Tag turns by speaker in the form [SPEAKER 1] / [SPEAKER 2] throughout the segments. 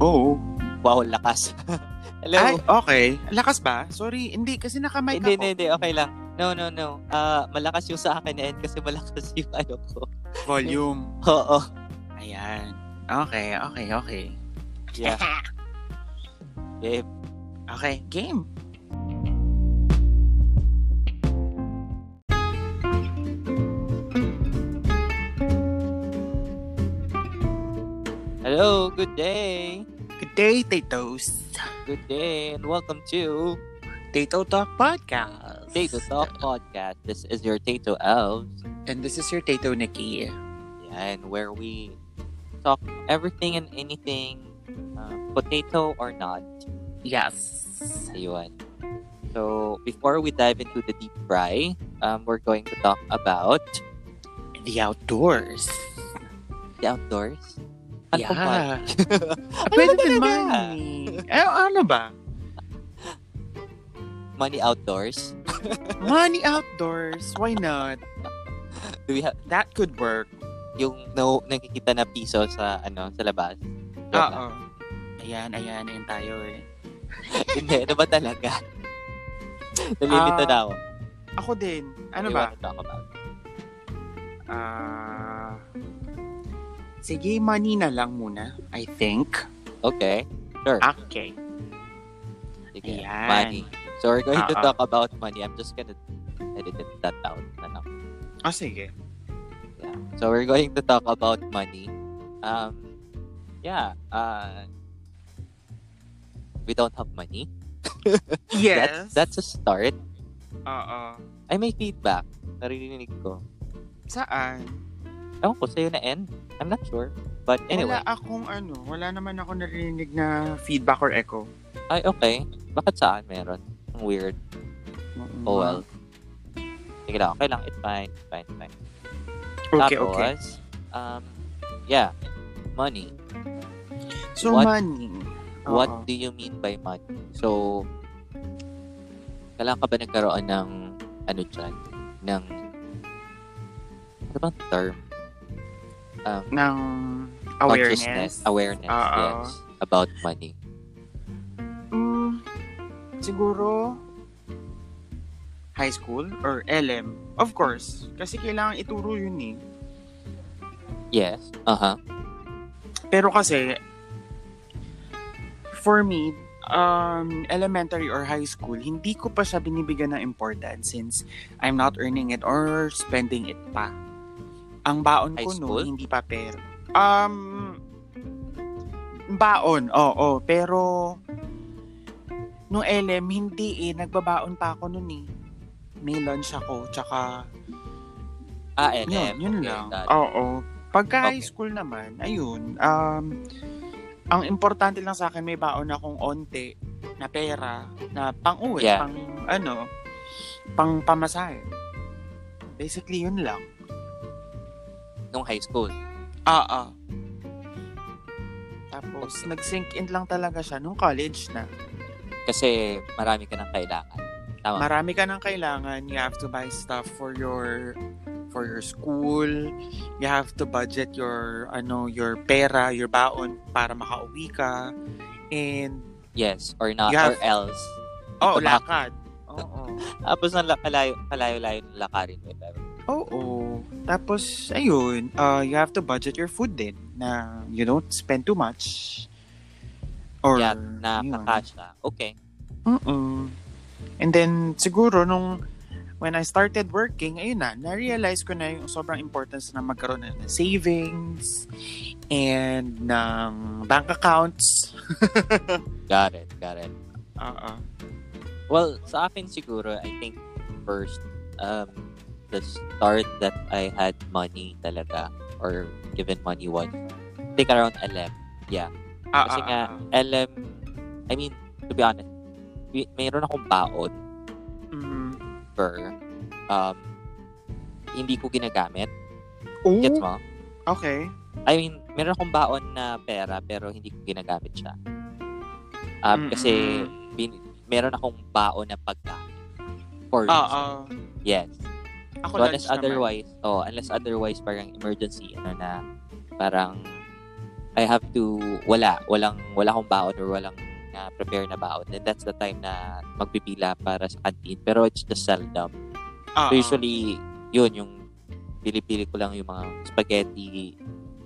[SPEAKER 1] Oh.
[SPEAKER 2] Wow, lakas. Hello.
[SPEAKER 1] Ay, okay. Lakas ba? Sorry, hindi. Kasi nakamike
[SPEAKER 2] hindi,
[SPEAKER 1] ako.
[SPEAKER 2] hindi, hindi. Okay lang. No, no, no. Ah, malakas yung sa akin yan kasi malakas yung ano ko.
[SPEAKER 1] Volume.
[SPEAKER 2] Oo.
[SPEAKER 1] Ayan. Okay, okay, okay.
[SPEAKER 2] Yeah. Babe.
[SPEAKER 1] Okay, game.
[SPEAKER 2] Hello, good day.
[SPEAKER 1] Good day, Tato's.
[SPEAKER 2] Good day and welcome to
[SPEAKER 1] Tato Talk Podcast.
[SPEAKER 2] Tato Talk Podcast. This is your Tato Elves.
[SPEAKER 1] And this is your Tato Nikki.
[SPEAKER 2] Yan, where we talk everything and anything, uh, potato or not.
[SPEAKER 1] Yes.
[SPEAKER 2] Ayun. So, before we dive into the deep fry, um, we're going to talk about
[SPEAKER 1] The outdoors.
[SPEAKER 2] the outdoors. Ano pa ba?
[SPEAKER 1] yeah. Pwede
[SPEAKER 2] Ano ba
[SPEAKER 1] din
[SPEAKER 2] talaga?
[SPEAKER 1] money. Eh, ano ba?
[SPEAKER 2] Money outdoors.
[SPEAKER 1] Money outdoors. Why not?
[SPEAKER 2] Do we have
[SPEAKER 1] That could work.
[SPEAKER 2] yung no, nakikita na piso sa ano sa labas? Joke lang.
[SPEAKER 1] Oo. Ayan, ayan, ayan tayo eh.
[SPEAKER 2] Hindi, ano ba talaga? Nalilito
[SPEAKER 1] Ah,
[SPEAKER 2] na ako.
[SPEAKER 1] Ako din. Ano
[SPEAKER 2] Do you
[SPEAKER 1] ba?
[SPEAKER 2] wanna talk about?
[SPEAKER 1] Ah... sige, money na lang muna. I think.
[SPEAKER 2] Okay.
[SPEAKER 1] Okay.
[SPEAKER 2] Sige.
[SPEAKER 1] Ah, Ayan.
[SPEAKER 2] Money. So we're going to
[SPEAKER 1] Ah, ah.
[SPEAKER 2] talk about money. I'm just gonna edit it that out na lang.
[SPEAKER 1] Ah, sige.
[SPEAKER 2] Yeah. So we're going to talk about money. Um, yeah. Uh, we don't have money.
[SPEAKER 1] Yes.
[SPEAKER 2] That's, that's a start.
[SPEAKER 1] Oo.
[SPEAKER 2] Ay, may feedback. Naririnig ko.
[SPEAKER 1] Saan?
[SPEAKER 2] Ewan ko, sa'yo na end? I'm not sure. But anyway.
[SPEAKER 1] Wala akong ano, wala naman ako narinig na feedback or echo.
[SPEAKER 2] Ay, okay. Bakit saan meron? Ang weird.
[SPEAKER 1] Mm-mm.
[SPEAKER 2] Oh well. Sige lang. Okay lang. It's fine. It's fine. It's fine.
[SPEAKER 1] Okay,
[SPEAKER 2] Tapos,
[SPEAKER 1] okay.
[SPEAKER 2] um, yeah. Money.
[SPEAKER 1] So,
[SPEAKER 2] What-
[SPEAKER 1] money. Oo.
[SPEAKER 2] What do you mean by money? So, kailangan ka ba nagkaroon ng ano dyan? Ng ano bang term? Um,
[SPEAKER 1] ng
[SPEAKER 2] consciousness,
[SPEAKER 1] awareness?
[SPEAKER 2] Awareness,
[SPEAKER 1] Oo.
[SPEAKER 2] yes. About money.
[SPEAKER 1] Mm, siguro, high school or LM. Of course. Kasi kailangan ituro yun eh.
[SPEAKER 2] Yes. Uh-huh.
[SPEAKER 1] Pero kasi, for me, um, elementary or high school, hindi ko pa siya binibigyan ng importance since I'm not earning it or spending it pa. Ang baon
[SPEAKER 2] High
[SPEAKER 1] ko
[SPEAKER 2] school?
[SPEAKER 1] noon, hindi pa pera. Um, baon, oo. pero, nung LM, hindi eh. Nagbabaon pa ako noon eh. May lunch ako, tsaka
[SPEAKER 2] Ah, LM.
[SPEAKER 1] yun, yun
[SPEAKER 2] Okay,
[SPEAKER 1] lang. Oh.
[SPEAKER 2] got it.
[SPEAKER 1] Oo. Pagka high
[SPEAKER 2] Okay.
[SPEAKER 1] school naman, ayun, um, ang importante lang sa akin, may baon akong onte na pera na pang-uwi,
[SPEAKER 2] Yeah.
[SPEAKER 1] pang, ano, pang pamasahe. Basically, yun lang.
[SPEAKER 2] Nung high school.
[SPEAKER 1] Oo. Tapos, nag-sink in lang talaga siya nung college na.
[SPEAKER 2] Kasi marami ka ng kailangan. Tama.
[SPEAKER 1] Marami ka ng kailangan. You have to buy stuff for your for your school. You have to budget your ano your pera, your baon para makauwi ka. And
[SPEAKER 2] yes. Or not.
[SPEAKER 1] You have-
[SPEAKER 2] Or else.
[SPEAKER 1] oh,
[SPEAKER 2] Tumak-
[SPEAKER 1] lakad. Oo.
[SPEAKER 2] Tapos ang la- kalayo, kalayo-layo ng lakarin mo. eh, if ever.
[SPEAKER 1] Oo. Tapos ayun, uh, you have to budget your food din na you don't spend too much. Or
[SPEAKER 2] Yeah,
[SPEAKER 1] yun.
[SPEAKER 2] nakakasya. Okay.
[SPEAKER 1] Mm-mm. And then, siguro, nung when I started working, ayun na, na-realize ko na yung sobrang importance na magkaroon na ng savings and ng bank accounts.
[SPEAKER 2] Got it. Got it.
[SPEAKER 1] Oo.
[SPEAKER 2] Well, sa akin siguro, I think first, um, the start that I had money talaga or given money was, I think around LM.
[SPEAKER 1] Ah,
[SPEAKER 2] Kasi
[SPEAKER 1] ah,
[SPEAKER 2] nga,
[SPEAKER 1] ah.
[SPEAKER 2] LM, I mean, to be honest, may- mayroon akong baon mm-hmm.
[SPEAKER 1] Mm.
[SPEAKER 2] per, um, hindi ko ginagamit.
[SPEAKER 1] Oo,
[SPEAKER 2] Gets mo?
[SPEAKER 1] okay.
[SPEAKER 2] I mean, meron akong baon na pera pero hindi ko ginagamit siya. Um,
[SPEAKER 1] Mm-mm.
[SPEAKER 2] Kasi, bin, meron akong baon na pagkain. For
[SPEAKER 1] Ah,
[SPEAKER 2] reason.
[SPEAKER 1] ah.
[SPEAKER 2] Yes.
[SPEAKER 1] Ako
[SPEAKER 2] So, unless
[SPEAKER 1] lunch naman.
[SPEAKER 2] otherwise, oh, unless otherwise parang emergency ano na parang I I have to, wala, walang, wala akong baon or walang na-prepare na baon. And that's the time na magpipila para sa canteen. Pero it's just seldom.
[SPEAKER 1] Ah,
[SPEAKER 2] So usually, yun, yung pili-pili ko lang yung mga spaghetti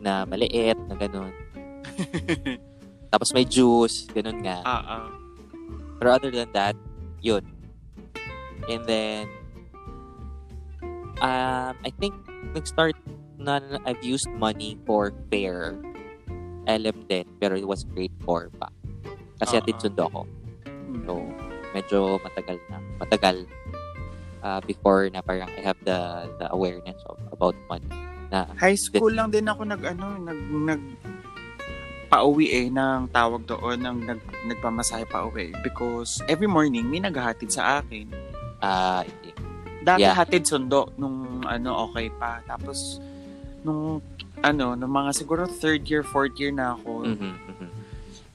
[SPEAKER 2] na maliit, na ganun. Tapos may juice, ganun nga.
[SPEAKER 1] ah, ah.
[SPEAKER 2] Pero other than that, yun. And then, um, I think nag-start na I've used money for fair. LM din, pero it was grade 4 pa.
[SPEAKER 1] Ah,
[SPEAKER 2] Kasi atin
[SPEAKER 1] ah.
[SPEAKER 2] sundo ko.
[SPEAKER 1] Mm.
[SPEAKER 2] So, medyo matagal na. Matagal uh, before na parang I have the the awareness of about money. Na,
[SPEAKER 1] High school lang din ako nag ano, nag nag pauwi eh ng tawag doon ng nag, nagpamasahe pa uwi because every morning may naghahatid sa akin.
[SPEAKER 2] ah, hindi.
[SPEAKER 1] Dati
[SPEAKER 2] Yeah.
[SPEAKER 1] hatid sundo nung ano okay pa. Tapos nung ano, nung mga siguro third year, fourth year na ako,
[SPEAKER 2] Mhm, mhm.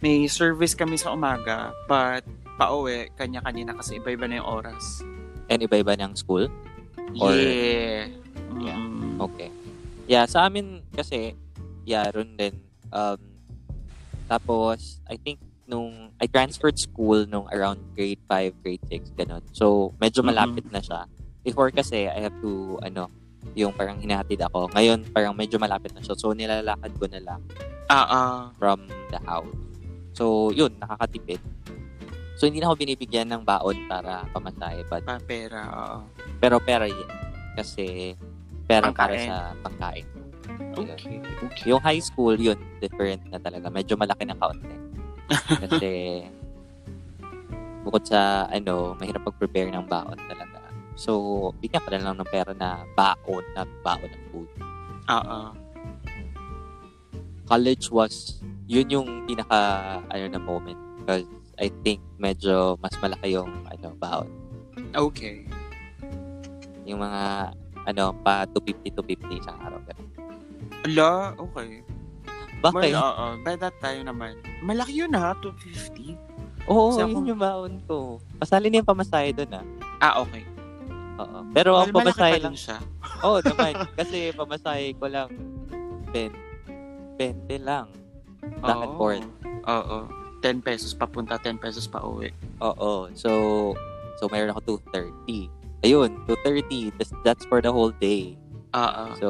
[SPEAKER 1] may service kami sa umaga but pauwi kanya-kanya na kasi iba-iba na yung oras.
[SPEAKER 2] And iba-iba ng school? Or-
[SPEAKER 1] yeah.
[SPEAKER 2] Yeah.
[SPEAKER 1] Mm.
[SPEAKER 2] Okay. Yeah, sa amin kasi, yeah, ron din. Um, tapos, I think nung, I transferred school nung around grade 5, grade 6, ganun. So, medyo
[SPEAKER 1] Mhm.
[SPEAKER 2] malapit na siya. Before kasi, I have to, ano, yung parang hinahatid ako. Ngayon, parang medyo malapit na siya. So, nilalakad ko na lang
[SPEAKER 1] Ah, ah.
[SPEAKER 2] from the house. So, yun, nakakatipid. So, hindi na ako binibigyan ng baon para pamatay. But,
[SPEAKER 1] pa pera. oo.
[SPEAKER 2] pero pera yun. Kasi, pera para
[SPEAKER 1] Pangkain.
[SPEAKER 2] sa pangkain. Ayun.
[SPEAKER 1] Okay. Okay.
[SPEAKER 2] Yung high school, yun, different na talaga. Medyo malaki na kaunti. Kasi, bukod sa, ano, mahirap mag-prepare ng baon talaga. So, bigyan ka na lang ng pera na baon, na baon ng food.
[SPEAKER 1] Ah, ah.
[SPEAKER 2] College was, yun yung pinaka, ano na moment. Because I think medyo mas malaki yung, ano, baon.
[SPEAKER 1] Okay.
[SPEAKER 2] Yung mga, ano, pa 250-250 isang araw. ganun.
[SPEAKER 1] Ala, okay.
[SPEAKER 2] Bakit?
[SPEAKER 1] Mal- oo, by that time naman. Malaki yun ha, 250.
[SPEAKER 2] Oo,
[SPEAKER 1] Kasi
[SPEAKER 2] yun
[SPEAKER 1] ako-
[SPEAKER 2] yung baon ko. Pasali na yung pamasahe doon, ah.
[SPEAKER 1] Ah, okay.
[SPEAKER 2] Oo. Pero ang
[SPEAKER 1] Mal- malaki pa
[SPEAKER 2] pamasahe
[SPEAKER 1] din
[SPEAKER 2] lang
[SPEAKER 1] siya.
[SPEAKER 2] Oo oh, naman. Kasi pamasahe ko lang 10. 20 lang. Back
[SPEAKER 1] Oo.
[SPEAKER 2] and forth.
[SPEAKER 1] Oo. 10 pesos papunta, 10 pesos pa uwi.
[SPEAKER 2] Oo. So, so mayroon ako 230. Ayun, 230. That's, that's for the whole day.
[SPEAKER 1] Oo.
[SPEAKER 2] So,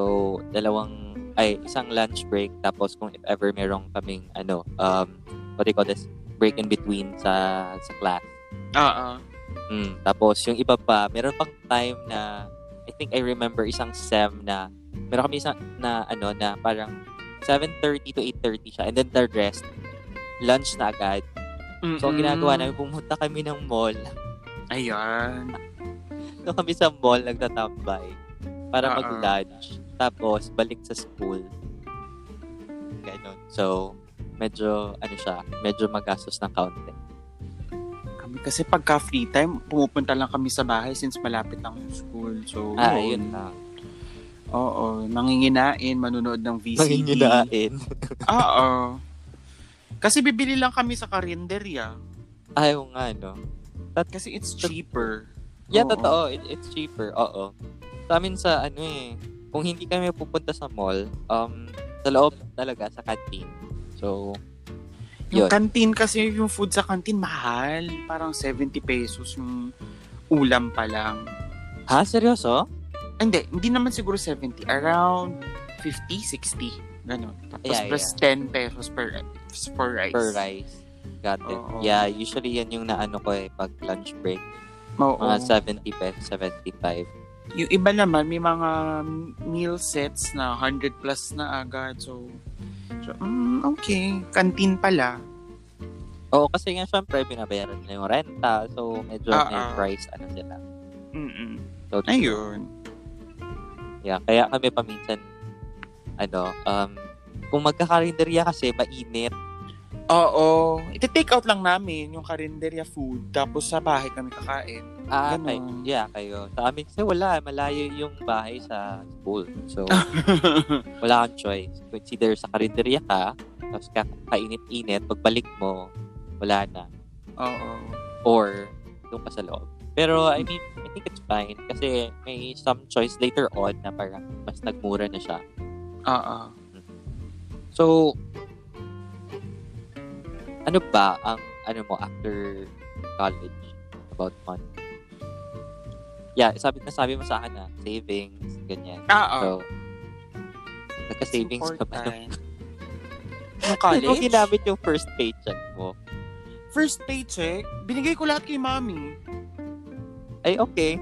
[SPEAKER 2] dalawang, ay, isang lunch break. Tapos kung if ever merong kaming, ano, um, what do you call this? Break in between sa, sa class.
[SPEAKER 1] Oo.
[SPEAKER 2] Mm, tapos yung iba pa, meron pang time na I think I remember isang SEM na meron kami isang na ano na parang 7:30 to 8:30 siya and then the rest lunch na agad.
[SPEAKER 1] Mm-mm.
[SPEAKER 2] So ang ginagawa
[SPEAKER 1] Mm-hmm.
[SPEAKER 2] namin pumunta kami ng mall.
[SPEAKER 1] Ayan.
[SPEAKER 2] So kami sa mall nagtatambay para
[SPEAKER 1] Ah, ah.
[SPEAKER 2] mag-lunch tapos balik sa school. Ganun. So medyo ano siya, medyo magastos ng kaunti.
[SPEAKER 1] Kami kasi pagka free time, pumupunta lang kami sa bahay since malapit ang school. So,
[SPEAKER 2] Ah, yun lang.
[SPEAKER 1] Oo. Nanginginain, manunood ng VCD.
[SPEAKER 2] Panginginain.
[SPEAKER 1] Oo. Kasi bibili lang kami sa karinderya.
[SPEAKER 2] Ayaw nga, no?
[SPEAKER 1] Kasi it's cheaper.
[SPEAKER 2] Yeah,
[SPEAKER 1] Oo.
[SPEAKER 2] totoo. It, it's cheaper. Oo. Sa amin sa ano eh, kung hindi kami pupunta sa mall, um, sa loob talaga, sa canteen. So,
[SPEAKER 1] Yung
[SPEAKER 2] Yun.
[SPEAKER 1] canteen kasi, yung food sa canteen, mahal. Parang 70 pesos yung ulam pa lang.
[SPEAKER 2] ha? Seryoso?
[SPEAKER 1] Hindi, hindi naman siguro 70. Around 50, 60. Ganon. Tapos
[SPEAKER 2] Yeah,
[SPEAKER 1] plus 10 pesos per, per rice.
[SPEAKER 2] Per rice. Got it.
[SPEAKER 1] Oo.
[SPEAKER 2] Yeah, usually yan yung naano ko eh, pag lunch break.
[SPEAKER 1] Oo.
[SPEAKER 2] Mga 70 pesos, 75.
[SPEAKER 1] Yung iba naman, may mga meal sets na 100 plus na agad. So, so mm, okay. Canteen pala.
[SPEAKER 2] Oo, kasi nga syempre, binabayaran nila yung renta. So, medyo
[SPEAKER 1] Ah,
[SPEAKER 2] may
[SPEAKER 1] ah.
[SPEAKER 2] price, ano sila.
[SPEAKER 1] Mm-mm.
[SPEAKER 2] So,
[SPEAKER 1] Ayun.
[SPEAKER 2] Yeah, kaya kami paminsan, ano, um, kung magkakarinderya kasi, mainit.
[SPEAKER 1] Oo. Iti-take out lang namin yung karinderya food. Tapos sa bahay kami kakain.
[SPEAKER 2] Ah,
[SPEAKER 1] Ganun.
[SPEAKER 2] kay, yeah, kayo. Sa amin kasi wala, malayo yung bahay sa school. So,
[SPEAKER 1] Ah.
[SPEAKER 2] wala kang choice. Kung either sa karinderya ka, tapos ka, kainit-init, pagbalik mo, wala na.
[SPEAKER 1] Oo.
[SPEAKER 2] Or, doon ka sa loob. Pero, I mean, I think it's fine. Kasi may some choice later on na parang mas nagmura na siya.
[SPEAKER 1] Oo.
[SPEAKER 2] So, Ano ba ang ano mo after college about money? Yeah, sabi nasabi mo sa akin na savings, ganyan.
[SPEAKER 1] Oo.
[SPEAKER 2] So, nagka-savings ka ba?
[SPEAKER 1] Important. Nung
[SPEAKER 2] Ano mo
[SPEAKER 1] college,
[SPEAKER 2] ginamit yung first paycheck mo?
[SPEAKER 1] first paycheck, binigay ko lahat kay mami.
[SPEAKER 2] Ay, okay.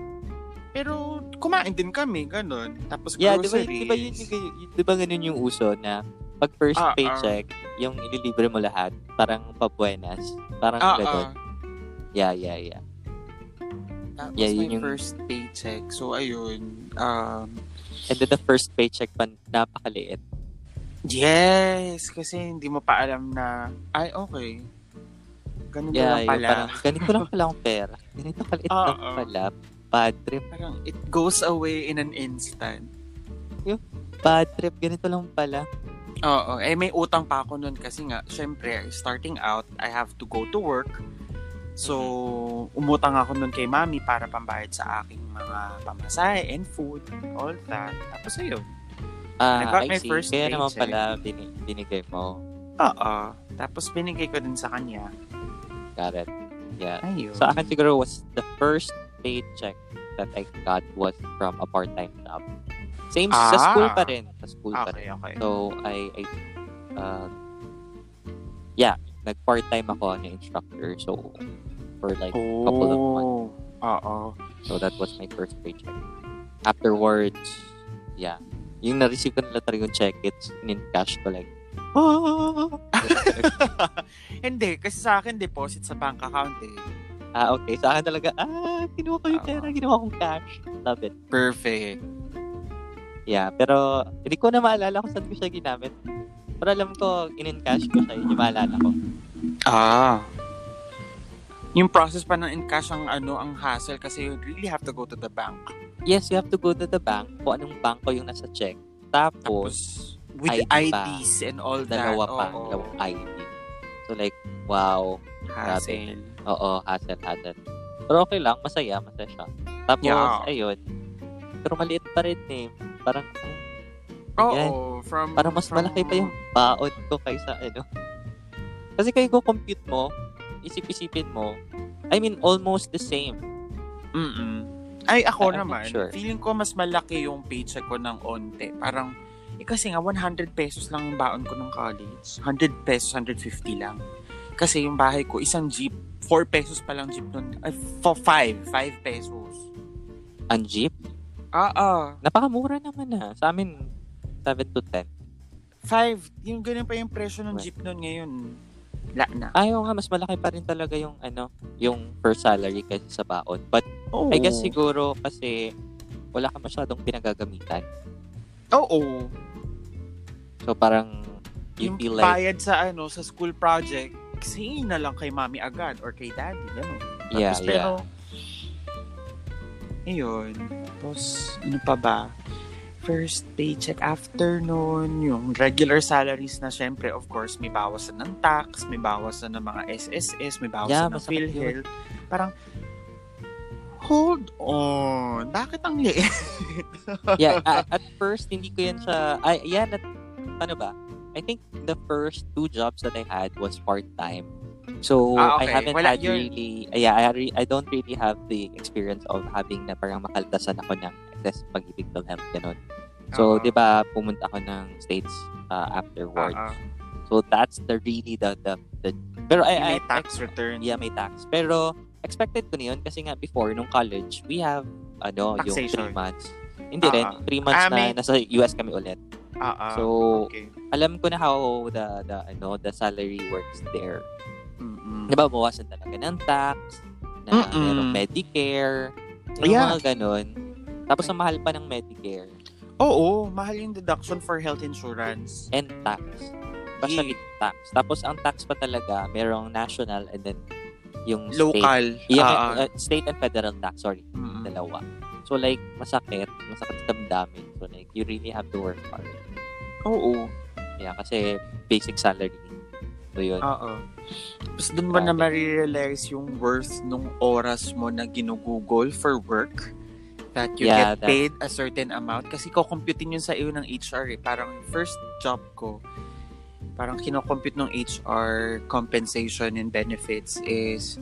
[SPEAKER 1] Pero kumain din kami, ganun. Tapos
[SPEAKER 2] Yeah, di ba,
[SPEAKER 1] groceries.
[SPEAKER 2] di ba yun, yung- yung- di ba ganun yung uso na pag first
[SPEAKER 1] Ah, ah.
[SPEAKER 2] paycheck, yung ililibre mo lahat, parang pabuenas, parang
[SPEAKER 1] Ah,
[SPEAKER 2] ganun.
[SPEAKER 1] ah.
[SPEAKER 2] Yeah, yeah, yeah.
[SPEAKER 1] That was
[SPEAKER 2] Yeah, yun
[SPEAKER 1] my
[SPEAKER 2] yung-
[SPEAKER 1] first paycheck. So, ayun. Um,
[SPEAKER 2] And then the first paycheck pa, napakaliit.
[SPEAKER 1] yes, kasi hindi mo pa alam na, ay, okay. Ganun na
[SPEAKER 2] Yeah,
[SPEAKER 1] lang
[SPEAKER 2] yung
[SPEAKER 1] pala.
[SPEAKER 2] parang, ganito lang pala ang pera. Ganito kaliit
[SPEAKER 1] Ah,
[SPEAKER 2] lang
[SPEAKER 1] ah.
[SPEAKER 2] pala. Bad trip,
[SPEAKER 1] Parang it goes away in an instant.
[SPEAKER 2] bad trip, ganito lang pala.
[SPEAKER 1] Oo. Eh, may utang pa ako nun kasi nga, syempre, starting out, I have to go to work. So,
[SPEAKER 2] Mm-hmm.
[SPEAKER 1] umutang ako nun kay mami para pambayad sa aking mga pamasahe and food, all that. Tapos ayun.
[SPEAKER 2] Ah,
[SPEAKER 1] I got
[SPEAKER 2] I
[SPEAKER 1] my
[SPEAKER 2] see.
[SPEAKER 1] first
[SPEAKER 2] Kaya naman
[SPEAKER 1] paycheck.
[SPEAKER 2] pala bini- binigay mo.
[SPEAKER 1] Oo. Tapos binigay ko din sa kanya.
[SPEAKER 2] Got it. Yeah.
[SPEAKER 1] Ayun.
[SPEAKER 2] So, akin siguro was the first paycheck that I got was from a part-time job. Same
[SPEAKER 1] Ah.
[SPEAKER 2] sa school pa rin. Sa school pa rin.
[SPEAKER 1] Okay, okay.
[SPEAKER 2] So, I, I uh, yeah, nag-part-time ako na instructor. So, for like, couple of months.
[SPEAKER 1] Oh. Oo.
[SPEAKER 2] so that was my first paycheck. Afterwards, yeah, yung na-receive ko nila talaga yung check, it's in cash ko like, oh!
[SPEAKER 1] Hindi, kasi sa akin deposit sa bank account eh.
[SPEAKER 2] ah, okay. Sa akin talaga, ah, kinuha ko yung
[SPEAKER 1] Ah.
[SPEAKER 2] pera, kinuha kong cash. Love it.
[SPEAKER 1] Perfect.
[SPEAKER 2] Yeah, pero hindi ko na maalala kung saan ko siya ginamit. Pero alam ko, in-encash ko siya, yun yung maalala ko.
[SPEAKER 1] Ah. Yung process pa ng in-cash ang ano, ang hassle kasi you really have to go to the bank.
[SPEAKER 2] Yes, you have to go to the bank kung anong banko yung nasa check. Tapos,
[SPEAKER 1] Tapos, with
[SPEAKER 2] ID pa.
[SPEAKER 1] IDs and all that.
[SPEAKER 2] dalawa pa,
[SPEAKER 1] oo.
[SPEAKER 2] dalawang ID. So like, wow,
[SPEAKER 1] Hassle.
[SPEAKER 2] oo, hassle, hassle. Pero okay lang, masaya, masaya siya. Tapos,
[SPEAKER 1] Yeah.
[SPEAKER 2] ayun. Pero maliit pa rin eh. Parang,
[SPEAKER 1] Oo,
[SPEAKER 2] Yan.
[SPEAKER 1] from...
[SPEAKER 2] parang mas
[SPEAKER 1] from-
[SPEAKER 2] malaki pa yung baon ko kaysa ano. Kasi kung i-compute mo, isip-isipin mo, I mean, almost the same.
[SPEAKER 1] Mm-mm. Ay, ako
[SPEAKER 2] I- I'm
[SPEAKER 1] naman,
[SPEAKER 2] not sure.
[SPEAKER 1] feeling ko mas malaki yung paycheck ko ng onte. Parang, eh kasi nga, 100 pesos lang yung baon ko ng college. 100 pesos, 150 lang. Kasi yung bahay ko, isang jeep, 4 pesos pa lang jeep nun. Ay, 5, 5 pesos.
[SPEAKER 2] Ang jeep,
[SPEAKER 1] Ah, ah.
[SPEAKER 2] napakamura naman ah. Sa amin, 7 to 10.
[SPEAKER 1] 5. Yung ganun pa yung presyo ng jeep nun ngayon. La na.
[SPEAKER 2] Ayaw nga, mas malaki pa rin talaga yung ano, yung per salary kaysa sa baon. But
[SPEAKER 1] Oo.
[SPEAKER 2] I guess siguro kasi wala ka masyadong pinagagamitan.
[SPEAKER 1] Oo.
[SPEAKER 2] So parang
[SPEAKER 1] yung
[SPEAKER 2] you feel like,
[SPEAKER 1] bayad sa ano sa school project kasi na lang kay mami agad or kay daddy ganun.
[SPEAKER 2] yeah,
[SPEAKER 1] Tapos,
[SPEAKER 2] yeah.
[SPEAKER 1] pero ayun. Tapos ano pa ba? First paycheck after noon, yung regular salaries na syempre, of course, may bawasan ng tax, may bawasan ng mga SSS, may bawasan
[SPEAKER 2] Yeah,
[SPEAKER 1] ng
[SPEAKER 2] masakit yun.
[SPEAKER 1] PhilHealth. Parang, hold on, bakit ang liit?
[SPEAKER 2] yeah, a- at first, hindi ko yan siya, ay, yan, at, ano ba? I think the first two jobs that I had was part-time. So,
[SPEAKER 1] Ah,
[SPEAKER 2] I
[SPEAKER 1] okay.
[SPEAKER 2] haven't
[SPEAKER 1] Wala,
[SPEAKER 2] had
[SPEAKER 1] you're-
[SPEAKER 2] really, yeah, I, re- I don't really have the experience of having na parang makaltasan ako ng excess pag-ibig ng health, ganun. So,
[SPEAKER 1] Oo.
[SPEAKER 2] di ba, pumunta ako ng States uh, afterwards.
[SPEAKER 1] Ah, ah.
[SPEAKER 2] So, that's the really the, the, the pero I, I,
[SPEAKER 1] may tax return.
[SPEAKER 2] yeah, may tax. Pero, expected ko na yun kasi nga before, nung college, we have, ano, yung
[SPEAKER 1] Taxation.
[SPEAKER 2] three months. Hindi
[SPEAKER 1] Ah,
[SPEAKER 2] rin,
[SPEAKER 1] ah.
[SPEAKER 2] three months
[SPEAKER 1] Ah, may-
[SPEAKER 2] na nasa US kami ulit.
[SPEAKER 1] Ah, ah.
[SPEAKER 2] so,
[SPEAKER 1] okay.
[SPEAKER 2] alam ko na how the, the, ano, the salary works there.
[SPEAKER 1] Mm-mm.
[SPEAKER 2] Diba, bawasan talaga ng tax, na
[SPEAKER 1] Mm-mm.
[SPEAKER 2] merong Medicare, yung
[SPEAKER 1] Yeah.
[SPEAKER 2] mga ganun. Tapos, ang mahal pa ng Medicare
[SPEAKER 1] Oo, mahal yung deduction for health insurance.
[SPEAKER 2] and tax. Basta
[SPEAKER 1] Yee.
[SPEAKER 2] with tax. Tapos, ang tax pa talaga, merong national and then yung state.
[SPEAKER 1] Local.
[SPEAKER 2] Yeah,
[SPEAKER 1] Ah, ah.
[SPEAKER 2] uh, state and federal tax, sorry.
[SPEAKER 1] Mm-mm.
[SPEAKER 2] dalawa. So like masakit, masakit sa damdamin. So like you really have to work hard.
[SPEAKER 1] Oo.
[SPEAKER 2] Yeah, kasi basic salary. So yun.
[SPEAKER 1] Oo. Tapos doon mo na
[SPEAKER 2] Grabe.
[SPEAKER 1] marirealize yung worth nung oras mo na ginugugol for work that you
[SPEAKER 2] Yeah,
[SPEAKER 1] get
[SPEAKER 2] that-
[SPEAKER 1] paid a certain amount kasi kukumputin yun sa iyo ng HR eh. Parang yung first job ko parang kinocompute ng HR compensation and benefits is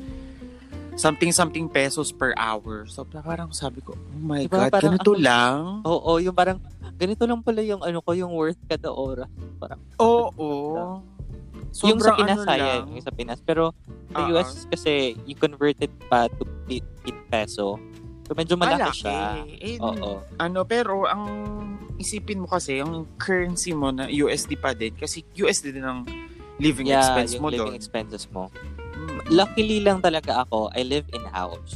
[SPEAKER 1] something something pesos per hour. So parang sabi ko, oh my God,
[SPEAKER 2] Diba, parang
[SPEAKER 1] ganito
[SPEAKER 2] ang-
[SPEAKER 1] lang?
[SPEAKER 2] Oo, yung parang, ganito lang pala yung ano ko, yung worth kada oras. Parang,
[SPEAKER 1] Oo.
[SPEAKER 2] yung sa
[SPEAKER 1] Sobrang
[SPEAKER 2] Pinas,
[SPEAKER 1] ano
[SPEAKER 2] saya,
[SPEAKER 1] lang.
[SPEAKER 2] yung sa Pinas. Pero, sa
[SPEAKER 1] Ah,
[SPEAKER 2] US kasi, you converted pa to pi- pi- peso. So, medyo malaki Hmm.
[SPEAKER 1] Malaki.
[SPEAKER 2] siya.
[SPEAKER 1] Eh,
[SPEAKER 2] Oo.
[SPEAKER 1] Ano, pero ang isipin mo kasi, ang currency mo na USD pa din, kasi USD din ang living
[SPEAKER 2] yeah,
[SPEAKER 1] expense
[SPEAKER 2] yung
[SPEAKER 1] mo
[SPEAKER 2] living
[SPEAKER 1] doon.
[SPEAKER 2] expenses mo.
[SPEAKER 1] Mm,
[SPEAKER 2] Luckily lang talaga ako, I live in-house.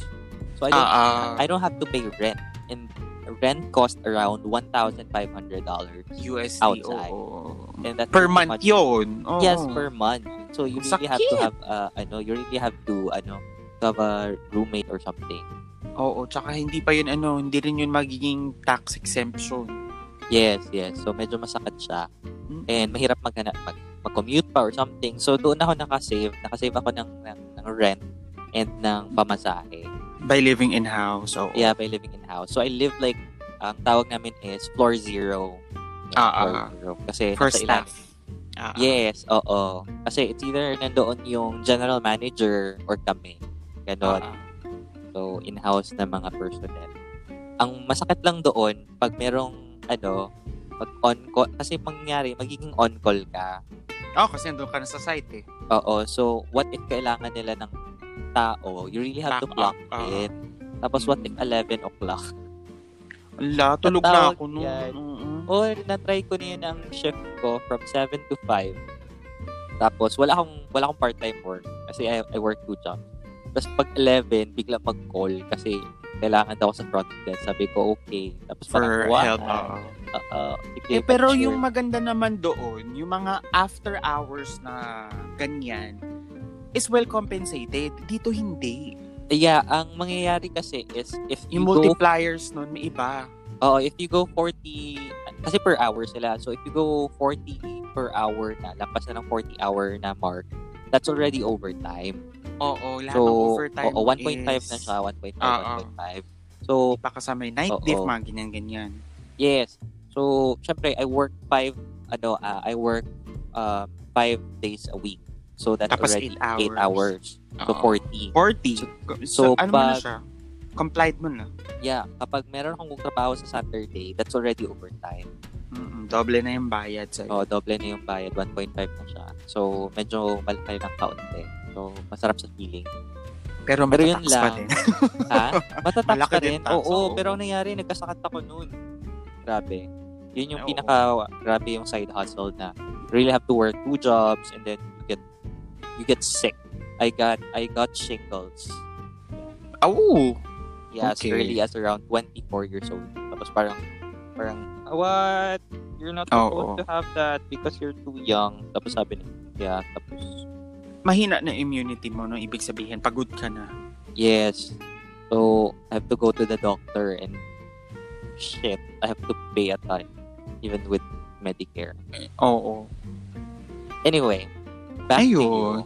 [SPEAKER 2] So, I don't,
[SPEAKER 1] Ah, ah.
[SPEAKER 2] I don't have to pay rent. And rent cost around $1,500.
[SPEAKER 1] USD,
[SPEAKER 2] outside.
[SPEAKER 1] oo.
[SPEAKER 2] And that's
[SPEAKER 1] Per
[SPEAKER 2] pretty
[SPEAKER 1] month
[SPEAKER 2] much-
[SPEAKER 1] yun. Oo.
[SPEAKER 2] Yes, per month. So you really have to
[SPEAKER 1] Sakit.
[SPEAKER 2] have uh, ano, you really have to ano, to have a roommate or something.
[SPEAKER 1] Oo, tsaka hindi pa yun ano, hindi rin yun magiging tax exemption.
[SPEAKER 2] Yes, yes. So medyo masakit siya.
[SPEAKER 1] Mm.
[SPEAKER 2] And mahirap maghanap mag mag-commute pa or something. So doon ako naka-save, naka-save ako ng ng, ng rent and ng pamasahe.
[SPEAKER 1] By living in-house, oo.
[SPEAKER 2] Yeah, by living in house. So I live like ang tawag namin is floor zero. Yeah,
[SPEAKER 1] Ah,
[SPEAKER 2] floor
[SPEAKER 1] ah, ah.
[SPEAKER 2] zero. Kasi
[SPEAKER 1] For
[SPEAKER 2] nasa ilalim.
[SPEAKER 1] staff. Ah, ah.
[SPEAKER 2] Yes, oo. Kasi it's either nandoon yung general manager or kami.
[SPEAKER 1] Ah,
[SPEAKER 2] Ganon.
[SPEAKER 1] ah.
[SPEAKER 2] So, in-house na mga personnel. Ang masakit lang doon, pag merong, ano, pag on-call, kasi mangyari, magiging on-call ka.
[SPEAKER 1] Oo, Oh, kasi nandun ka na sa site eh.
[SPEAKER 2] Oo, so, what if kailangan nila ng tao? You really have to
[SPEAKER 1] Back
[SPEAKER 2] clock
[SPEAKER 1] up, oo.
[SPEAKER 2] it. Tapos, what if
[SPEAKER 1] Ah. Mm.
[SPEAKER 2] 11 o'clock?
[SPEAKER 1] Ala, tulog na
[SPEAKER 2] Tatawag
[SPEAKER 1] ako nun.
[SPEAKER 2] yan.
[SPEAKER 1] Oo.
[SPEAKER 2] Or, na-try ko na yun ang shift ko from 7 to 5. Tapos, wala akong, wala akong part-time work. Kasi I, I work two jobs. Tapos, pag 11, bigla mag-call kasi kailangan daw ako sa front desk. Sabi ko, okay. Tapos,
[SPEAKER 1] For
[SPEAKER 2] parang,
[SPEAKER 1] help, ah. oo.
[SPEAKER 2] wow. Oo. Sige,
[SPEAKER 1] Eh, pero
[SPEAKER 2] sure.
[SPEAKER 1] yung maganda naman doon, yung mga after hours na ganyan, is well compensated. Dito hindi.
[SPEAKER 2] Yeah, ang mangyayari kasi is if you
[SPEAKER 1] Yung
[SPEAKER 2] go...
[SPEAKER 1] multipliers nun, may iba.
[SPEAKER 2] Oo, if you go 40... Kasi per hour sila. So, if you go 40 per hour na, lampas na ng 40 hour na mark, that's already overtime.
[SPEAKER 1] Oo, lahat ng
[SPEAKER 2] So,
[SPEAKER 1] overtime
[SPEAKER 2] oo, 1.5
[SPEAKER 1] is Ah,
[SPEAKER 2] na siya. 1.5,
[SPEAKER 1] Oo.
[SPEAKER 2] 1.5. So,
[SPEAKER 1] Baka sa may night
[SPEAKER 2] Oo.
[SPEAKER 1] diff, mga ganyan-ganyan.
[SPEAKER 2] yes. So, syempre, I work 5... Ano, ah, I work 5 days a week. So, that's
[SPEAKER 1] Tapos
[SPEAKER 2] already
[SPEAKER 1] 8 hours.
[SPEAKER 2] 8 hours. So,
[SPEAKER 1] Oo.
[SPEAKER 2] 40.
[SPEAKER 1] 40. So,
[SPEAKER 2] So,
[SPEAKER 1] ano mo na
[SPEAKER 2] pag-
[SPEAKER 1] siya? Complied mo na.
[SPEAKER 2] Yeah, kapag meron akong trabaho sa Saturday, that's already overtime.
[SPEAKER 1] Mm-mm, doble na yung bayad sa'yo.
[SPEAKER 2] Oo, doble na yung bayad. 1.5 na siya. So, medyo malaki ng kaunti. So, masarap sa feeling.
[SPEAKER 1] pero
[SPEAKER 2] pero yun
[SPEAKER 1] matatax pa
[SPEAKER 2] lang.
[SPEAKER 1] din.
[SPEAKER 2] Ha? Matatax
[SPEAKER 1] Malaki
[SPEAKER 2] ka
[SPEAKER 1] din
[SPEAKER 2] rin.
[SPEAKER 1] tax,
[SPEAKER 2] Oo,
[SPEAKER 1] oo.
[SPEAKER 2] pero ang nangyari, nagkasakit ako noon. Grabe. Yun yung
[SPEAKER 1] Ay, oo.
[SPEAKER 2] pinaka, grabe yung side hustle na really have to work two jobs and then you get, you get sick. I got, I got shingles.
[SPEAKER 1] Oo.
[SPEAKER 2] Yeah, as
[SPEAKER 1] Okay.
[SPEAKER 2] early as around 24 years old. Tapos parang, parang, "Ah, what? You're not
[SPEAKER 1] Oo.
[SPEAKER 2] supposed to have that because you're too young. Tapos sabi niya, yeah, tapos,
[SPEAKER 1] mahina na immunity mo, no? Ibig sabihin, pagod ka na.
[SPEAKER 2] yes. So, I have to go to the doctor and shit, I have to pay a ton. Even with Medicare.
[SPEAKER 1] Oo.
[SPEAKER 2] Anyway, back to you.
[SPEAKER 1] Ayun.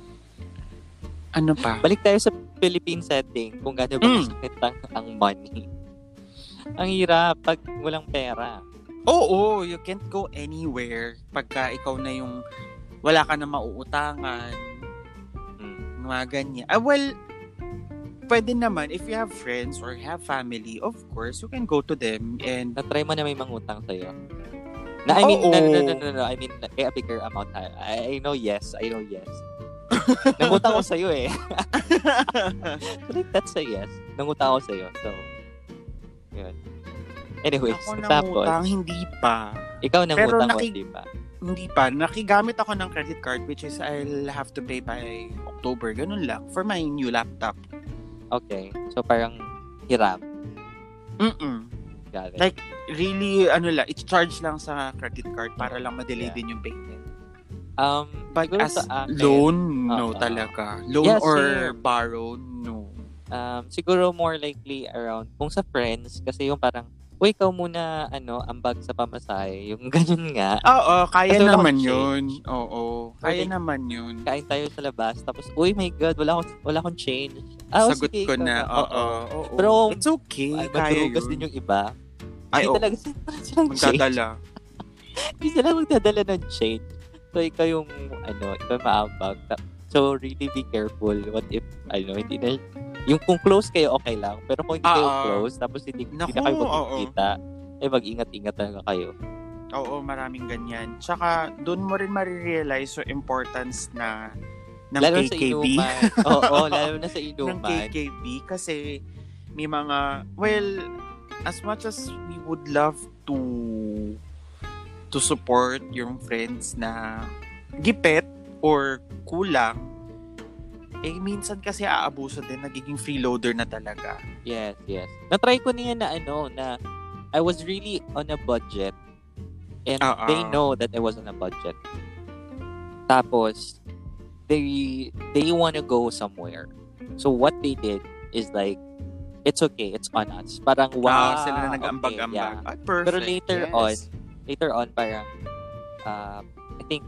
[SPEAKER 1] Ano pa?
[SPEAKER 2] Balik tayo sa Philippine setting kung gaano ba
[SPEAKER 1] Mm.
[SPEAKER 2] masakit ang, ang money. Ang hirap pag walang pera.
[SPEAKER 1] Oo, you can't go anywhere pagka ikaw na yung wala ka na mauutangan,
[SPEAKER 2] Mm.
[SPEAKER 1] mga ganyan. Ah, well, pwede naman, if you have friends or have family, of course, you can go to them and
[SPEAKER 2] na-try mo na may mangutang sa'yo? Na, I mean,
[SPEAKER 1] Oo.
[SPEAKER 2] no, no, no, no, no, no, I mean, eh, a bigger amount. I, I know, yes. I know, yes. Nangutang ko sa'yo eh. So, like, that's a yes. Nangutang ko sa'yo. So, yun. Anyways,
[SPEAKER 1] ako
[SPEAKER 2] tapos,
[SPEAKER 1] nangutang, hindi pa.
[SPEAKER 2] ikaw
[SPEAKER 1] Pero
[SPEAKER 2] nangutang
[SPEAKER 1] naki-
[SPEAKER 2] ko, di ba?
[SPEAKER 1] Hindi pa. Nakigamit ako ng credit card which is I'll have to pay by October. Ganun lang. For my new laptop.
[SPEAKER 2] Okay. So, parang hirap.
[SPEAKER 1] Mm-mm.
[SPEAKER 2] Got it.
[SPEAKER 1] Like, really, ano lang, it's charge lang sa credit card para lang madelay
[SPEAKER 2] Yeah.
[SPEAKER 1] din yung payment.
[SPEAKER 2] um,
[SPEAKER 1] But
[SPEAKER 2] siguro
[SPEAKER 1] as
[SPEAKER 2] sa akin,
[SPEAKER 1] loan,
[SPEAKER 2] Oo.
[SPEAKER 1] no talaga. Loan
[SPEAKER 2] Yeah,
[SPEAKER 1] or
[SPEAKER 2] same.
[SPEAKER 1] borrow, no.
[SPEAKER 2] um, siguro more likely around, kung sa friends, kasi yung parang, uy, ikaw muna, ano, ambag sa pamasahe. Yung ganun nga.
[SPEAKER 1] Oo, kaya
[SPEAKER 2] Kasi wala
[SPEAKER 1] naman
[SPEAKER 2] akong
[SPEAKER 1] yun.
[SPEAKER 2] change.
[SPEAKER 1] Oo, kaya
[SPEAKER 2] Okay.
[SPEAKER 1] naman yun.
[SPEAKER 2] kain tayo sa labas. Tapos, uy, my God, wala akong, wala akong change. Ah,
[SPEAKER 1] Sagot
[SPEAKER 2] sige,
[SPEAKER 1] ko
[SPEAKER 2] ikaw
[SPEAKER 1] na, oo. oo.
[SPEAKER 2] Pero,
[SPEAKER 1] it's okay,
[SPEAKER 2] Ay,
[SPEAKER 1] kaya
[SPEAKER 2] maturugas
[SPEAKER 1] yun.
[SPEAKER 2] din yung iba.
[SPEAKER 1] Ay,
[SPEAKER 2] Hindi
[SPEAKER 1] oo,
[SPEAKER 2] talaga sila silang change.
[SPEAKER 1] magdadala.
[SPEAKER 2] Hindi sila magdadala ng change. basta ikaw yung, ano, ikaw yung maabag. Ta- So, really be careful. What if, ano, hindi na, yung kung close kayo, okay lang. Pero kung hindi kayo
[SPEAKER 1] Ah, ah.
[SPEAKER 2] close, tapos hindi, hindi na
[SPEAKER 1] Naku,
[SPEAKER 2] kayo
[SPEAKER 1] oo.
[SPEAKER 2] magkikita, eh, mag-ingat-ingat talaga kayo.
[SPEAKER 1] Oo, maraming ganyan. Tsaka, doon mo rin marirealize yung importance na ng
[SPEAKER 2] lalo sa
[SPEAKER 1] KKB.
[SPEAKER 2] inuman. Oo, oo, lalo na sa
[SPEAKER 1] ng
[SPEAKER 2] inuman.
[SPEAKER 1] KKB kasi may mga well as much as we would love to to support yung friends na gipet or kulang eh minsan kasi aabuso din nagiging freeloader na talaga
[SPEAKER 2] Yes, yes. Na-try ko niya na ano, na I was really on a budget. And
[SPEAKER 1] Ah,
[SPEAKER 2] they
[SPEAKER 1] ah.
[SPEAKER 2] know that I was on a budget. Tapos, they they want to go somewhere. So what they did is like, it's okay, it's on us. Parang,
[SPEAKER 1] Ah,
[SPEAKER 2] wow,
[SPEAKER 1] sila na
[SPEAKER 2] okay, yeah.
[SPEAKER 1] nag-ambag-ambag Ah, perfect
[SPEAKER 2] Pero later
[SPEAKER 1] yes.
[SPEAKER 2] on, later on, parang, uh, I think,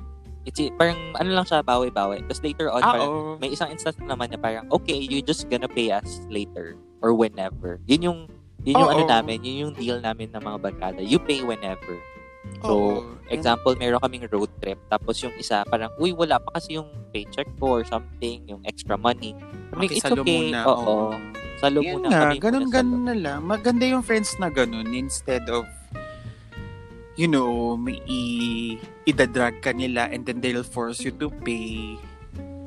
[SPEAKER 2] it's, parang ano lang siya, bawi-bawi. Tapos later on,
[SPEAKER 1] ah,
[SPEAKER 2] parang,
[SPEAKER 1] oo.
[SPEAKER 2] may isang instance naman na parang, okay, you just gonna pay us later or whenever. Yun yung, yun yung
[SPEAKER 1] Oo.
[SPEAKER 2] ano namin, yun yung deal namin ng mga barkada. You pay whenever. So,
[SPEAKER 1] Oo.
[SPEAKER 2] example, meron kaming road trip. Tapos yung isa, parang, uy, wala pa kasi yung paycheck ko or something, yung extra money. Sabi, it's
[SPEAKER 1] Makisalo
[SPEAKER 2] okay.
[SPEAKER 1] muna,
[SPEAKER 2] Oo.
[SPEAKER 1] oo.
[SPEAKER 2] Salo
[SPEAKER 1] Yun
[SPEAKER 2] muna
[SPEAKER 1] na,
[SPEAKER 2] kami. muna
[SPEAKER 1] ganun
[SPEAKER 2] salo.
[SPEAKER 1] ganun na lang. Maganda yung friends na ganun instead of you know, may i- idadrag ka nila and then they'll force you to pay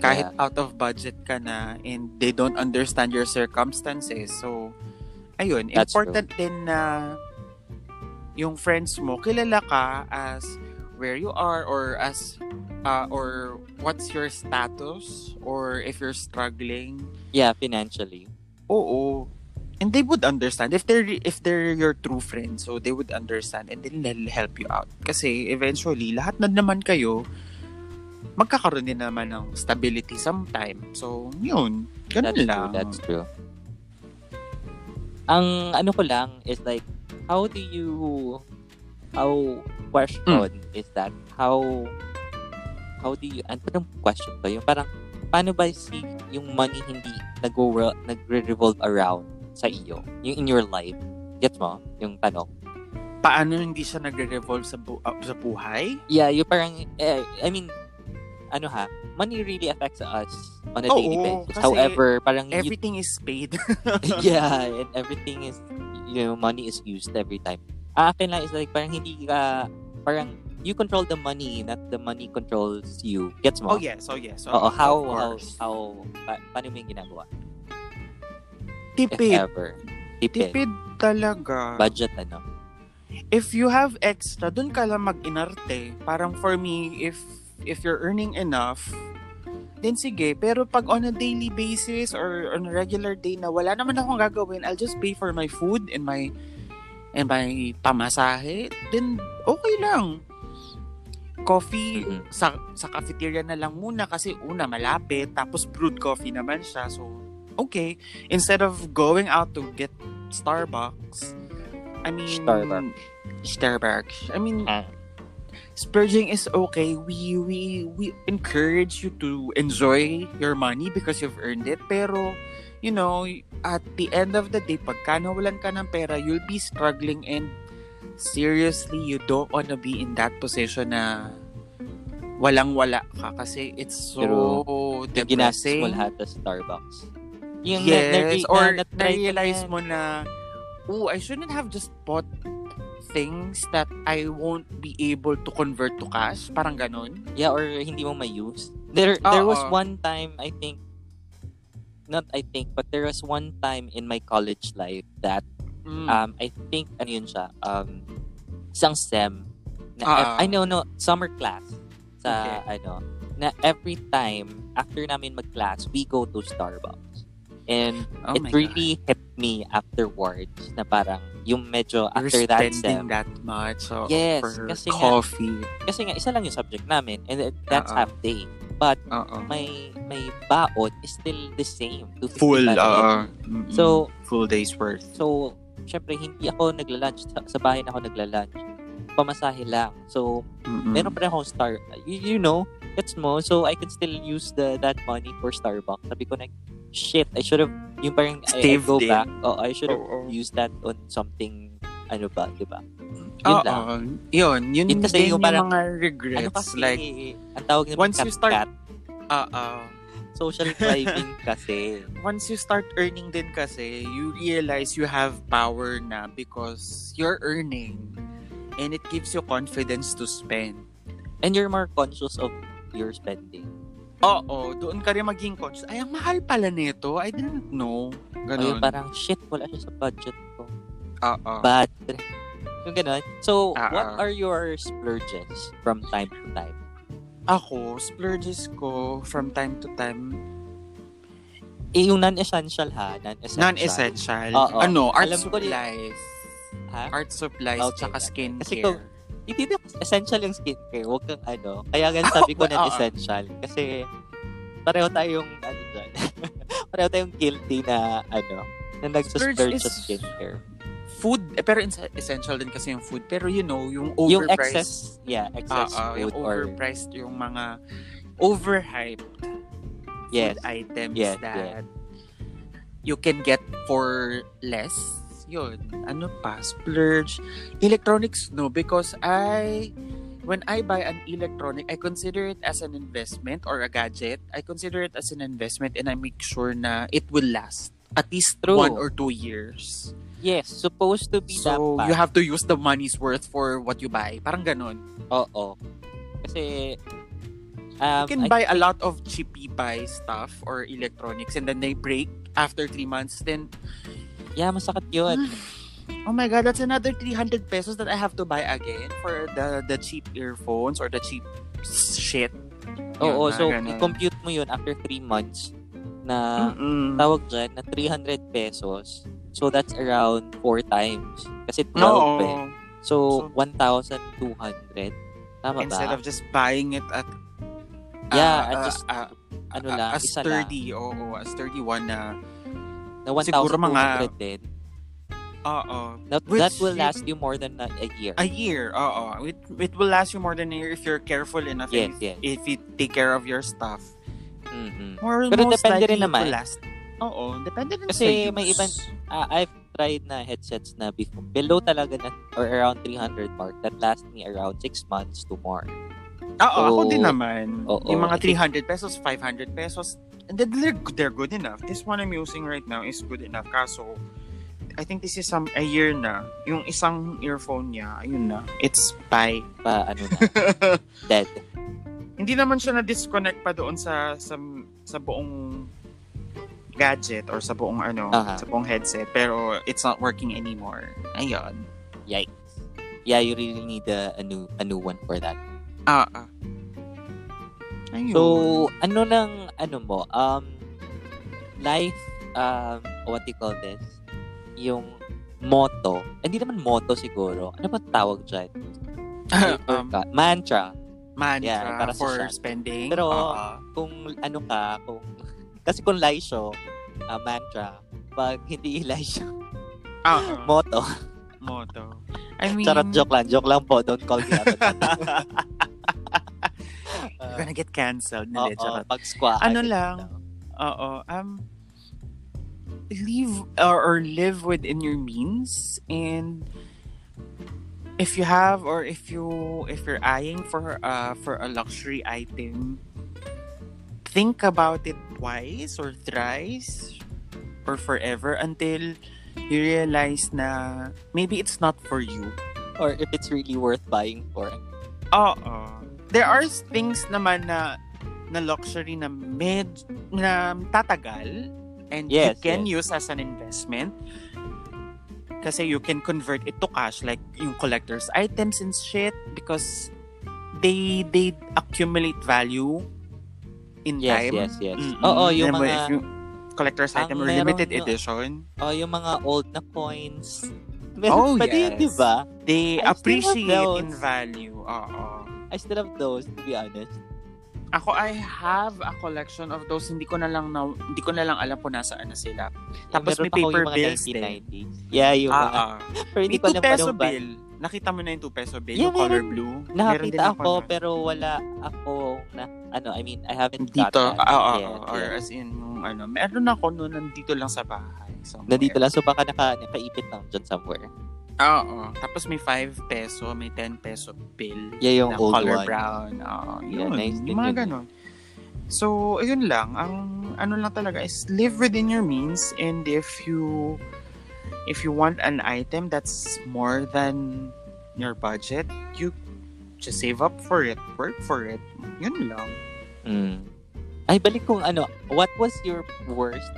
[SPEAKER 1] kahit out of budget ka na and they don't understand your circumstances. So, ayun,
[SPEAKER 2] That's
[SPEAKER 1] important din na yung friends mo, kilala ka as where you are or as uh, or what's your status or if you're struggling
[SPEAKER 2] Yeah, financially.
[SPEAKER 1] Oo. And they would understand if they're if they're your true friends. So they would understand and then they'll help you out. Kasi eventually lahat na naman kayo magkakaroon din naman ng stability sometime. So, yun. Ganun
[SPEAKER 2] that's
[SPEAKER 1] lang.
[SPEAKER 2] true, that's true. Ang ano ko lang is like, how do you, how,
[SPEAKER 1] Hmm.
[SPEAKER 2] question is that, how, how do you, ano yung question to? Yung parang, paano ba si yung money hindi nag-revolve nagre-revolve around sa iyo? Yung in your life? Gets mo? Yung tanong?
[SPEAKER 1] Paano hindi siya nagre-revolve sa, bu- uh, sa buhay?
[SPEAKER 2] Yeah, yung parang, eh, I mean, ano ha, money really affects us on a
[SPEAKER 1] Oo,
[SPEAKER 2] daily basis.
[SPEAKER 1] kasi
[SPEAKER 2] However, parang you
[SPEAKER 1] Everything is paid.
[SPEAKER 2] yeah, and everything is, you know, money is used every time. Ang akin lang is like, parang hindi ka, parang you control the money, not the money controls you. Gets mo?
[SPEAKER 1] oh, yes. Oh, yes. Oh,
[SPEAKER 2] Oo, how,
[SPEAKER 1] of
[SPEAKER 2] how,
[SPEAKER 1] course.
[SPEAKER 2] how, pa, paano mo yung ginagawa? If
[SPEAKER 1] Tipid.
[SPEAKER 2] ever. Tipid.
[SPEAKER 1] Tipid talaga.
[SPEAKER 2] Budget, ano?
[SPEAKER 1] if you have extra, dun ka lang mag-inarte. Parang for me, if if you're earning enough, then sige. Pero pag on a daily basis or on a regular day na wala naman akong gagawin, I'll just pay for my food and my and my pamasahe, then okay lang. Coffee,
[SPEAKER 2] Mhm.
[SPEAKER 1] sa, sa cafeteria na lang muna kasi una malapit, tapos brewed coffee naman siya. So, okay. Instead of going out to get Starbucks, I mean,
[SPEAKER 2] Starbucks.
[SPEAKER 1] Starbucks. I mean,
[SPEAKER 2] Ah.
[SPEAKER 1] splurging is okay. We we we encourage you to enjoy your money because you've earned it. Pero you know, at the end of the day, pagka nawalan ka ng pera, you'll be struggling and seriously, you don't wanna be in that position na walang-wala ka kasi it's so
[SPEAKER 2] Yung ginastos
[SPEAKER 1] depressing.
[SPEAKER 2] mo lahat sa Starbucks. Yung na-
[SPEAKER 1] Yes,
[SPEAKER 2] na- na-
[SPEAKER 1] or
[SPEAKER 2] na-try ko
[SPEAKER 1] na-realize
[SPEAKER 2] yan.
[SPEAKER 1] mo na, oh, I shouldn't have just bought things that I won't be able to convert to cash. Parang ganun.
[SPEAKER 2] Yeah, or hindi mo ma-use. There, there was
[SPEAKER 1] Oo.
[SPEAKER 2] one time, I think, not I think, but there was one time in my college life that,
[SPEAKER 1] Mm.
[SPEAKER 2] um, I think, ano yun siya, um, isang SEM, na,
[SPEAKER 1] Oo.
[SPEAKER 2] I know, no, summer class,
[SPEAKER 1] Ah,
[SPEAKER 2] sa,
[SPEAKER 1] Okay.
[SPEAKER 2] ano, na every time, after namin mag-class, we go to Starbucks. And
[SPEAKER 1] oh
[SPEAKER 2] it
[SPEAKER 1] my
[SPEAKER 2] really hit me afterwards na parang, yung medyo
[SPEAKER 1] God. You're
[SPEAKER 2] after that
[SPEAKER 1] spending
[SPEAKER 2] SEM.
[SPEAKER 1] that much oh,
[SPEAKER 2] Yes,
[SPEAKER 1] for
[SPEAKER 2] kasi nga-
[SPEAKER 1] coffee.
[SPEAKER 2] Kasi nga, isa lang yung subject namin, and it- that's
[SPEAKER 1] Oo.
[SPEAKER 2] half day. But,
[SPEAKER 1] Oo.
[SPEAKER 2] may may baon is still the same. 250
[SPEAKER 1] Full,
[SPEAKER 2] pa rin.
[SPEAKER 1] uh, mm-mm.
[SPEAKER 2] So-
[SPEAKER 1] full day's worth.
[SPEAKER 2] So, syempre, hindi ako nagla-lunch. Sa, sa bahay na ako nagla-lunch. Pamasahe lang. So,
[SPEAKER 1] Mm-mm.
[SPEAKER 2] meron pa rin akong star. You, you know, it's mo. So, I can still use the that money for Starbucks. Sabi ko na, shit, I should have, yung parang, I, I
[SPEAKER 1] Save
[SPEAKER 2] go
[SPEAKER 1] din.
[SPEAKER 2] back. Oh, I should have
[SPEAKER 1] Oo.
[SPEAKER 2] used that on something ano ba, di ba? Yun
[SPEAKER 1] Oo,
[SPEAKER 2] lang.
[SPEAKER 1] Ah, yun. Yun,
[SPEAKER 2] Yun kasi
[SPEAKER 1] din
[SPEAKER 2] yung
[SPEAKER 1] yung,
[SPEAKER 2] parang-
[SPEAKER 1] mga
[SPEAKER 2] Ano
[SPEAKER 1] regrets.
[SPEAKER 2] kasi,
[SPEAKER 1] like,
[SPEAKER 2] ang tawag naman
[SPEAKER 1] once you start-
[SPEAKER 2] cat-cat,
[SPEAKER 1] oo.
[SPEAKER 2] social climbing kasi.
[SPEAKER 1] Once you start earning din kasi, you realize you have power na because you're earning. And it gives you confidence to spend.
[SPEAKER 2] And you're more conscious of your spending.
[SPEAKER 1] Oo, doon ka rin maging conscious. Ay, ang mahal pala nito. I didn't know.
[SPEAKER 2] Ayun,
[SPEAKER 1] Ganun. Ah,
[SPEAKER 2] parang, shit, wala siya sa budget ko.
[SPEAKER 1] Oo.
[SPEAKER 2] Bad trip. Yung ganun. So,
[SPEAKER 1] Ah,
[SPEAKER 2] what
[SPEAKER 1] ah.
[SPEAKER 2] are your splurges from time to time?
[SPEAKER 1] Ako, splurges ko from time to time.
[SPEAKER 2] Eh, yung non-essential ha. Non-essential.
[SPEAKER 1] Non-essential.
[SPEAKER 2] Oo.
[SPEAKER 1] Ano, art
[SPEAKER 2] Alam ko rin.
[SPEAKER 1] supplies.
[SPEAKER 2] Ha?
[SPEAKER 1] Art supplies,
[SPEAKER 2] Okay,
[SPEAKER 1] tsaka
[SPEAKER 2] okay.
[SPEAKER 1] skincare.
[SPEAKER 2] Kasi kung- Hindi na essential yung skincare. Huwag kang ano. Kaya nga sabi
[SPEAKER 1] Ah, ah,
[SPEAKER 2] ko
[SPEAKER 1] ah.
[SPEAKER 2] non-essential. Kasi pareho tayong ano dyan. pareho tayong guilty na ano na nagsusplurge
[SPEAKER 1] Splurge
[SPEAKER 2] sa
[SPEAKER 1] is-
[SPEAKER 2] skincare.
[SPEAKER 1] food, eh, pero ins- essential din kasi yung food. Pero you know, yung
[SPEAKER 2] Yung
[SPEAKER 1] overpriced.
[SPEAKER 2] excess, yeah, excess
[SPEAKER 1] ah, ah, yung
[SPEAKER 2] food or
[SPEAKER 1] overpriced, yung mga overhyped
[SPEAKER 2] yes.
[SPEAKER 1] food items
[SPEAKER 2] Yes,
[SPEAKER 1] that you can get for less. Yun. Ano pa? Splurge. Electronics, no. Because I, when I buy an electronic, I consider it as an investment or a gadget. I consider it as an investment and I make sure na it will last. At least
[SPEAKER 2] True.
[SPEAKER 1] one or two years.
[SPEAKER 2] Yes, supposed to be
[SPEAKER 1] So,
[SPEAKER 2] dapat.
[SPEAKER 1] you have to use the money's worth for what you buy. Parang ganun.
[SPEAKER 2] Oo. Kasi um,
[SPEAKER 1] You can
[SPEAKER 2] I-
[SPEAKER 1] buy a lot of cheapy buy stuff or electronics and then they break after three months. Then,
[SPEAKER 2] yeah, masakit yun.
[SPEAKER 1] oh my God, that's another 300 pesos that I have to buy again for the, the cheap earphones or the cheap shit.
[SPEAKER 2] Oo,
[SPEAKER 1] Yun,
[SPEAKER 2] so
[SPEAKER 1] mga ganun. Hmm.
[SPEAKER 2] i-compute mo yun after 3 months na
[SPEAKER 1] Mm-mm.
[SPEAKER 2] tawag dyan na 300 pesos. So that's around 4 times. Kasi 12
[SPEAKER 1] Oo.
[SPEAKER 2] eh. So, 1,200. Tama
[SPEAKER 1] Instead
[SPEAKER 2] ba?
[SPEAKER 1] of just buying it at
[SPEAKER 2] Yeah,
[SPEAKER 1] ah,
[SPEAKER 2] at
[SPEAKER 1] ah,
[SPEAKER 2] just
[SPEAKER 1] ah,
[SPEAKER 2] ano
[SPEAKER 1] ah,
[SPEAKER 2] lang,
[SPEAKER 1] a
[SPEAKER 2] isa lang.
[SPEAKER 1] sturdy, oo, a sturdy one na,
[SPEAKER 2] Na 1,200
[SPEAKER 1] siguro mga-
[SPEAKER 2] din.
[SPEAKER 1] oo,
[SPEAKER 2] That,
[SPEAKER 1] Which
[SPEAKER 2] that will
[SPEAKER 1] you-
[SPEAKER 2] last you more than a, a year.
[SPEAKER 1] A year, oo. It, it will last you more than a year if you're careful enough.
[SPEAKER 2] Yes,
[SPEAKER 1] if,
[SPEAKER 2] yes.
[SPEAKER 1] if you take care of your stuff.
[SPEAKER 2] Mhm.
[SPEAKER 1] More,
[SPEAKER 2] Pero
[SPEAKER 1] most
[SPEAKER 2] depende
[SPEAKER 1] likely
[SPEAKER 2] rin naman.
[SPEAKER 1] it will last. Oo, depende rin
[SPEAKER 2] Kasi
[SPEAKER 1] sa use.
[SPEAKER 2] may ibang- Ah, I've tried na headsets na before, below talaga na or around 300 mark that last me around 6 months to more.
[SPEAKER 1] Oo, Ah, ako
[SPEAKER 2] Oo.
[SPEAKER 1] din naman.
[SPEAKER 2] Oo.
[SPEAKER 1] Yung mga
[SPEAKER 2] I
[SPEAKER 1] 300 pesos, 500 pesos, and then they're, they're good enough. This one I'm using right now is good enough. Kaso, I think this is some a year na. Yung isang earphone niya, ayun na, it's by.
[SPEAKER 2] Pa ano na, dead.
[SPEAKER 1] Hindi naman siya na-disconnect pa doon sa sa, sa buong gadget or sa buong ano,
[SPEAKER 2] Aha.
[SPEAKER 1] sa buong headset, pero it's not working anymore. Ayun.
[SPEAKER 2] Yikes. Yeah, you really need a, a new a new one for that.
[SPEAKER 1] Ah, ah. Ayun.
[SPEAKER 2] So,
[SPEAKER 1] Hmm.
[SPEAKER 2] ano nang ano mo? Um life um what do you call this? Yung motto. Hindi naman motto siguro. Ano ba tawag dyan? I
[SPEAKER 1] um,
[SPEAKER 2] forgot. mantra.
[SPEAKER 1] mantra
[SPEAKER 2] yeah, para sa
[SPEAKER 1] for
[SPEAKER 2] siya.
[SPEAKER 1] spending.
[SPEAKER 2] Pero,
[SPEAKER 1] Ah, ah.
[SPEAKER 2] Kung ano ka, kung kasi kung laisyo, ah, mantra. Pag hindi laisyo,
[SPEAKER 1] Ah, ah.
[SPEAKER 2] motto.
[SPEAKER 1] Moto. I mean,
[SPEAKER 2] Charot joke lang, joke lang po. Don't call me out.
[SPEAKER 1] You're gonna get canceled.
[SPEAKER 2] uh, Oo,
[SPEAKER 1] Hindi, charot.
[SPEAKER 2] pag squat.
[SPEAKER 1] Ano lang? Oo. Um, leave or, or live within your means and if you have or if you if you're eyeing for uh for a luxury item think about it twice or thrice or forever until you realize na maybe it's not for you
[SPEAKER 2] Or if it's really worth buying for.
[SPEAKER 1] Oo. There are things naman na na luxury na med na tatagal and you
[SPEAKER 2] Yes,
[SPEAKER 1] can use as an investment kasi you can convert it to cash like yung collector's items and shit because they they accumulate value in
[SPEAKER 2] Yes,
[SPEAKER 1] time.
[SPEAKER 2] yes, yes.
[SPEAKER 1] Mm-mm.
[SPEAKER 2] Oo, yung
[SPEAKER 1] Remember,
[SPEAKER 2] mga
[SPEAKER 1] if you- collector's
[SPEAKER 2] Ang
[SPEAKER 1] item or
[SPEAKER 2] meron
[SPEAKER 1] limited
[SPEAKER 2] yung-
[SPEAKER 1] edition,
[SPEAKER 2] Oh, yung mga old na coins.
[SPEAKER 1] Oh,
[SPEAKER 2] Meron pa din,
[SPEAKER 1] yes.
[SPEAKER 2] di ba?
[SPEAKER 1] they
[SPEAKER 2] I still have
[SPEAKER 1] appreciate
[SPEAKER 2] those.
[SPEAKER 1] in value. Oo.
[SPEAKER 2] I still have those, to be honest.
[SPEAKER 1] Ako, I have a collection of those. Hindi ko na lang, na, hindi ko na lang alam kung nasaan na sila. Tapos may
[SPEAKER 2] Meron pa
[SPEAKER 1] paper
[SPEAKER 2] ako yung mga
[SPEAKER 1] bills
[SPEAKER 2] 1990s. Yeah, yung mga.
[SPEAKER 1] Ah, ah.
[SPEAKER 2] Pero hindi
[SPEAKER 1] May
[SPEAKER 2] ko
[SPEAKER 1] 2
[SPEAKER 2] alam pa
[SPEAKER 1] peso
[SPEAKER 2] nung ba.
[SPEAKER 1] bill. Nakita mo na yung 2 peso bill,
[SPEAKER 2] Yeah,
[SPEAKER 1] yung color
[SPEAKER 2] meron.
[SPEAKER 1] blue. Meron din
[SPEAKER 2] Nakakita ako,
[SPEAKER 1] nun.
[SPEAKER 2] pero wala ako na, ano, I mean, I haven't got
[SPEAKER 1] Dito,
[SPEAKER 2] that
[SPEAKER 1] ah, ah,
[SPEAKER 2] yet,
[SPEAKER 1] ah, or
[SPEAKER 2] yeah.
[SPEAKER 1] as in, yung ano, meron ako noon nandito lang sa bahay. somewhere.
[SPEAKER 2] Nandito lang, so baka naka, nakaipit lang dyan somewhere.
[SPEAKER 1] Oo. Tapos may 5 peso, may 10 peso bill.
[SPEAKER 2] Yeah, yung
[SPEAKER 1] na
[SPEAKER 2] old
[SPEAKER 1] color
[SPEAKER 2] one.
[SPEAKER 1] brown. Oo.
[SPEAKER 2] Yeah,
[SPEAKER 1] Yun.
[SPEAKER 2] nice din
[SPEAKER 1] yung mga
[SPEAKER 2] yun.
[SPEAKER 1] ganun. So, ayun lang. Ang ano lang talaga is live within your means and if you if you want an item that's more than your budget, you just save up for it, work for it. Yun lang.
[SPEAKER 2] Mm. Ay, balik kung ano, what was your worst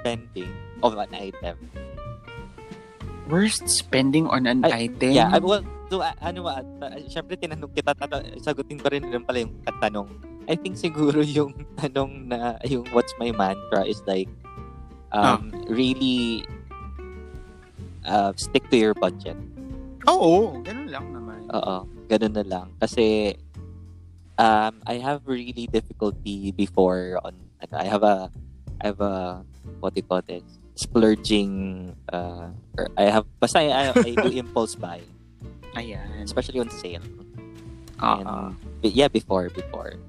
[SPEAKER 2] spending of an item?
[SPEAKER 1] Worst spending on an
[SPEAKER 2] Ay,
[SPEAKER 1] item.
[SPEAKER 2] Yeah, I, well, so, a- ano, ah, ta- syempre tinanong kita, tata- sagutin ko rin naman pala yung katanong. I think siguro yung tanong na, yung what's my mantra is like, um, really uh, stick to your budget.
[SPEAKER 1] Oo, ganun lang naman.
[SPEAKER 2] Oo, ganun na lang. Kasi, um, I have really difficulty before on, ano, I have a, I have a, what do you call this? Splurging, uh, or I have, basta I, I, I do impulse buy.
[SPEAKER 1] Ayan.
[SPEAKER 2] Especially on sale.
[SPEAKER 1] Oo.
[SPEAKER 2] But yeah, before, before.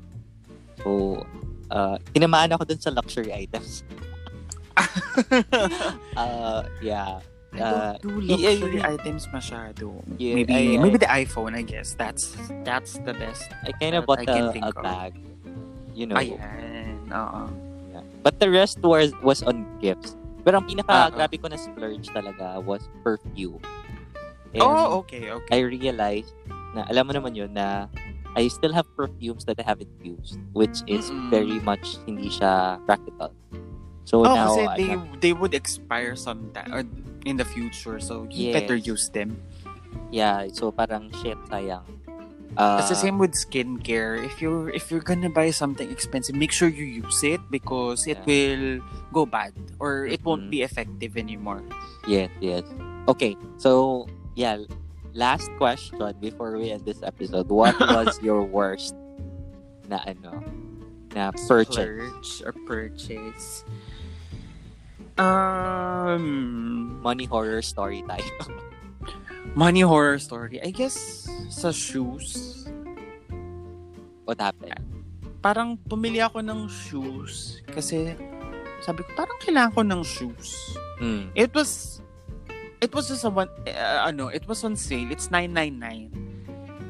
[SPEAKER 2] So, uh, tinamaan ako dun sa luxury items. Uh, yeah.
[SPEAKER 1] I don't do
[SPEAKER 2] yeah,
[SPEAKER 1] luxury
[SPEAKER 2] yeah.
[SPEAKER 1] items masyado.
[SPEAKER 2] Yeah,
[SPEAKER 1] maybe
[SPEAKER 2] I- I-
[SPEAKER 1] maybe the iPhone, I guess. That's that's the best.
[SPEAKER 2] I kind of
[SPEAKER 1] That I
[SPEAKER 2] bought
[SPEAKER 1] can
[SPEAKER 2] a,
[SPEAKER 1] think
[SPEAKER 2] a
[SPEAKER 1] of. Ah,
[SPEAKER 2] bag. You know.
[SPEAKER 1] Ayan. Oo.
[SPEAKER 2] Yeah. But the rest was was on gifts. Pero ang pinaka
[SPEAKER 1] Ah, ah.
[SPEAKER 2] grabe ko na splurge talaga was perfume. And
[SPEAKER 1] Oh, okay, okay.
[SPEAKER 2] I realized na alam mo naman yun na I still have perfumes that I haven't used which is
[SPEAKER 1] Mm-mm.
[SPEAKER 2] very much hindi siya practical. So
[SPEAKER 1] oh,
[SPEAKER 2] now
[SPEAKER 1] kasi
[SPEAKER 2] ano,
[SPEAKER 1] they, they would expire sometime or in the future. So you
[SPEAKER 2] Yes.
[SPEAKER 1] better use them.
[SPEAKER 2] yeah, so parang shit sayang. Uh,
[SPEAKER 1] That's the same with skincare. If you if you're gonna buy something expensive, make sure you use it because it
[SPEAKER 2] Yeah.
[SPEAKER 1] will go bad or it won't
[SPEAKER 2] Mhm.
[SPEAKER 1] be effective anymore.
[SPEAKER 2] Yes, yes. Okay, so yeah, last question before we end this episode. What was your worst na ano na purchase?
[SPEAKER 1] Splurge or purchase. Um,
[SPEAKER 2] Money horror story time.
[SPEAKER 1] Money horror story. I guess sa shoes.
[SPEAKER 2] What happened?
[SPEAKER 1] Parang pumili ako ng shoes kasi sabi ko parang kailangan ko ng shoes.
[SPEAKER 2] Hmm.
[SPEAKER 1] It was it was just a one uh, ano, it was on sale. It's 999.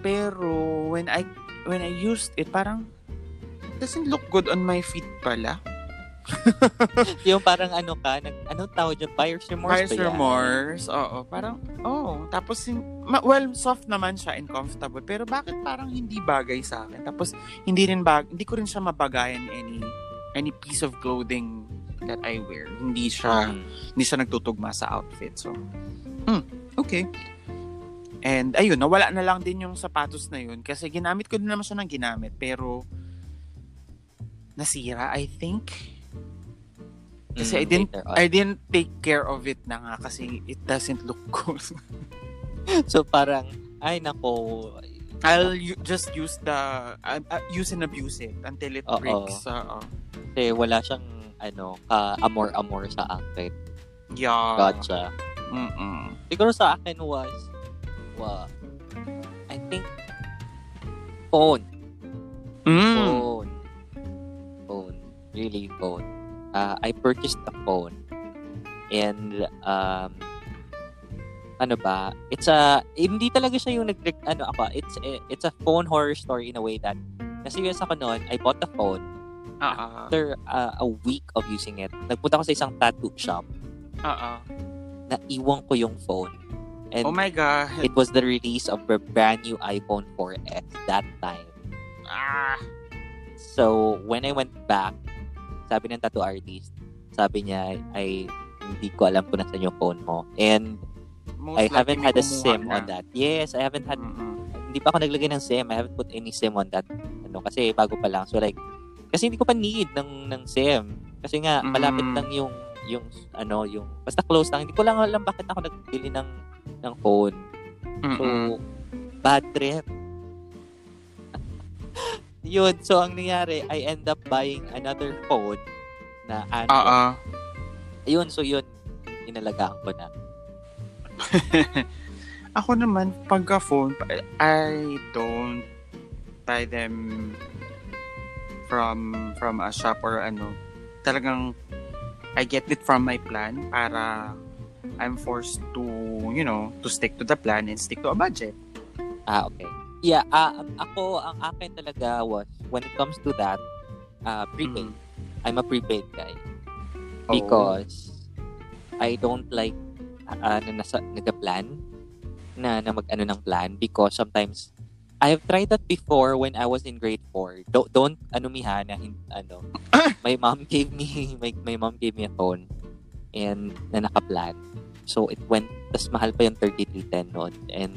[SPEAKER 1] Pero when I when I used it parang it doesn't look good on my feet pala.
[SPEAKER 2] Yung parang ano ka, nag, anong tawag dyan? Buyer's remorse
[SPEAKER 1] Buyer's
[SPEAKER 2] ba yan?
[SPEAKER 1] remorse. Oo, parang oh, tapos yung- ma- well, soft naman siya and comfortable. Pero bakit parang hindi bagay sa akin? Tapos hindi rin bag hindi ko rin siya mabagayan any any piece of clothing that I wear. Hindi siya
[SPEAKER 2] Hmm.
[SPEAKER 1] hindi siya nagtutugma sa outfit. So, hmm, okay. And ayun, nawala na lang din yung sapatos na yun kasi ginamit ko din naman siya ng ginamit pero nasira, I think. Kasi
[SPEAKER 2] Hmm,
[SPEAKER 1] I didn't-
[SPEAKER 2] later on.
[SPEAKER 1] I didn't take care of it na nga kasi it doesn't look good.
[SPEAKER 2] So parang, ay nako.
[SPEAKER 1] I'll u- just use the uh, uh, use and abuse it until it
[SPEAKER 2] Oo.
[SPEAKER 1] breaks. Oo.
[SPEAKER 2] Kasi wala siyang ano, ka-amor-amor sa akin.
[SPEAKER 1] yeah.
[SPEAKER 2] Gotcha.
[SPEAKER 1] Mm-mm.
[SPEAKER 2] Siguro sa akin was, wow, I think, phone.
[SPEAKER 1] Mm.
[SPEAKER 2] Phone. Phone. Really, phone. Uh, I purchased a phone. And, um, ano ba? It's a, hindi talaga siya yung nag ano ako, it's a, it's a phone horror story in a way that, naserious ako noon, I bought the phone.
[SPEAKER 1] Ah, ah.
[SPEAKER 2] After uh, a week of using it, nagpunta ako sa isang tattoo shop,
[SPEAKER 1] Ah, ah.
[SPEAKER 2] naiwan ko yung phone. And
[SPEAKER 1] Oh my god.
[SPEAKER 2] It was the release of the brand new iPhone 4S that time.
[SPEAKER 1] Ah.
[SPEAKER 2] So, when I went back, sabi ng tattoo artist, sabi niya, ay, hindi ko alam kung nasan yung phone mo. And
[SPEAKER 1] Most
[SPEAKER 2] I
[SPEAKER 1] likely
[SPEAKER 2] haven't
[SPEAKER 1] may
[SPEAKER 2] had a
[SPEAKER 1] kumuha
[SPEAKER 2] SIM
[SPEAKER 1] na.
[SPEAKER 2] on that. Yes, I haven't had,
[SPEAKER 1] Mm-mm.
[SPEAKER 2] hindi pa ako naglagay ng SIM. I haven't put any SIM on that. Ano, kasi bago pa lang. So, like, kasi hindi ko pa need ng, ng SIM. Kasi nga,
[SPEAKER 1] Mm.
[SPEAKER 2] malapit lang yung, yung, ano, yung, basta close lang. Hindi ko lang alam bakit ako nagbili ng, ng phone.
[SPEAKER 1] Mm-mm.
[SPEAKER 2] So, bad trip. Yun, so ang nangyari, I end up buying another phone na Android.
[SPEAKER 1] Ah, ah.
[SPEAKER 2] Yun, so yun, inalagaan ko na.
[SPEAKER 1] Ako naman, pagka phone, pa- I don't buy them from from a shop or ano. Talagang I get it from my plan para I'm forced to, you know, to stick to the plan and stick to a budget.
[SPEAKER 2] Ah, okay. Yeah, ah, ang- ako, ang akin talaga was, when it comes to that, ah, prepaid.
[SPEAKER 1] Mm.
[SPEAKER 2] I'm a prepaid guy.
[SPEAKER 1] Oo.
[SPEAKER 2] Because I don't like ah, ah, na nasa, nagka-plan, na, na mag-ano ng plan. Because sometimes, I have tried that before when I was in grade 4. Don't, don't ano mi ha, na, hin- ano, my mom gave me, my, my mom gave me a phone and na naka-plan. So, it went, tas mahal pa yung 3310 noon. And,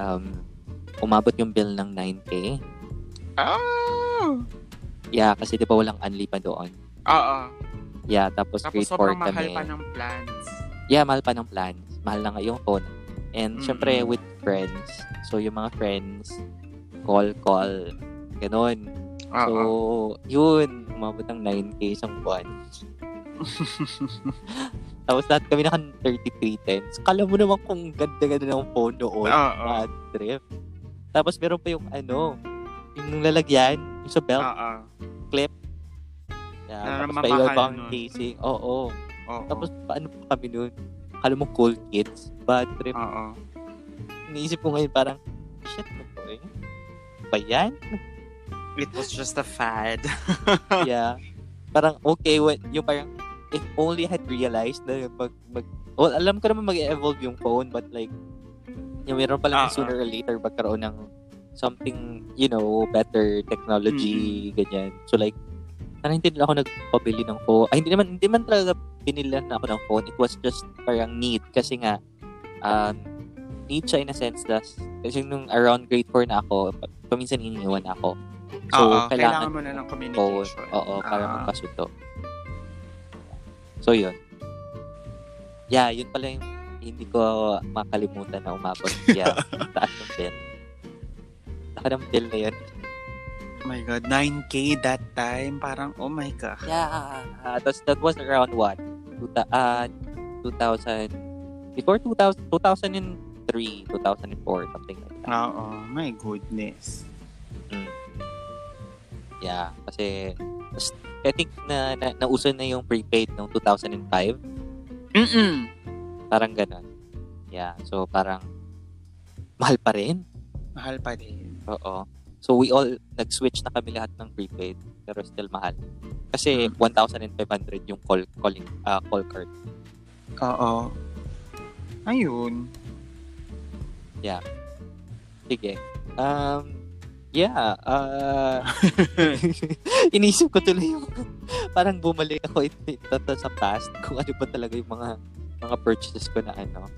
[SPEAKER 2] um, umabot yung bill ng 9K.
[SPEAKER 1] Ah!
[SPEAKER 2] Yeah, kasi di ba walang unli pa doon.
[SPEAKER 1] Oo.
[SPEAKER 2] Yeah, tapos,
[SPEAKER 1] ah. Tapos
[SPEAKER 2] grade 4
[SPEAKER 1] sobrang mahal
[SPEAKER 2] kami.
[SPEAKER 1] pa ng plans.
[SPEAKER 2] yeah, mahal pa ng plans. Mahal na nga yung phone. And
[SPEAKER 1] Mm.
[SPEAKER 2] syempre, with friends. So, yung mga friends, call, call, ganun. So,
[SPEAKER 1] Oo.
[SPEAKER 2] yun, umabot ng 9K isang buwan. Tapos lahat kami naka 3310. Kala mo naman kung ganda-ganda ng phone noon.
[SPEAKER 1] Oo.
[SPEAKER 2] Bad trip. Tapos meron pa yung ano, yung lalagyan, yung sa belt.
[SPEAKER 1] Oo.
[SPEAKER 2] Yeah,
[SPEAKER 1] Ah, na
[SPEAKER 2] tapos pa iba
[SPEAKER 1] mamahal
[SPEAKER 2] pang
[SPEAKER 1] nun.
[SPEAKER 2] casing. Oo.
[SPEAKER 1] Oo.
[SPEAKER 2] Tapos paano pa kami nun? Kala mo cool kids. Bad trip.
[SPEAKER 1] Oo.
[SPEAKER 2] iniisip ko ngayon parang, shit, ano to eh? Ba yan?
[SPEAKER 1] It was just a fad.
[SPEAKER 2] yeah. Parang okay, well, yung parang, if only I had realized na mag, mag, well, alam ko naman mag-evolve yung phone, but like, yung meron pa
[SPEAKER 1] Ah,
[SPEAKER 2] lang sooner or later magkaroon ng something, you know, better technology, ganyan. So like, parang hindi na ako nagpabili ng phone. Ay, hindi naman, hindi man talaga binilan na ako ng phone. It was just parang need. Kasi nga, um, need siya in a sense that, kasi nung around grade 4 na ako, pa- paminsan iniiwan ako. So,
[SPEAKER 1] Oo. Ah, Kailangan,
[SPEAKER 2] kailangan,
[SPEAKER 1] mo na ng
[SPEAKER 2] Oo,
[SPEAKER 1] communication.
[SPEAKER 2] oo, para
[SPEAKER 1] Ah.
[SPEAKER 2] magpasuto. So, yun. Yeah, yun pala yung hindi ko makalimutan na umabot. Yeah, taas ng bill. Taka ng bill na yun.
[SPEAKER 1] Oh my God. 9K that time. Parang, oh my God.
[SPEAKER 2] Yeah. Tapos that was around what? Tuta, ah, 2000, before 2000, 2003, 2004, something like that.
[SPEAKER 1] Oo. My goodness.
[SPEAKER 2] Yeah, kasi mas- I think na, na nauso na yung prepaid noong 2005.
[SPEAKER 1] Mm-mm.
[SPEAKER 2] Parang ganun. Yeah, so parang mahal pa rin.
[SPEAKER 1] Mahal pa rin.
[SPEAKER 2] Oo. So we all nag-switch na kami lahat ng prepaid pero still mahal. Kasi 1,500 yung call calling ah, call card.
[SPEAKER 1] Oo. Ayun.
[SPEAKER 2] Sige. Um yeah, uh, inisip ko tuloy yung parang bumalik ako in- in- tata sa past kung ano ba talaga yung mga mga purchases ko na ano.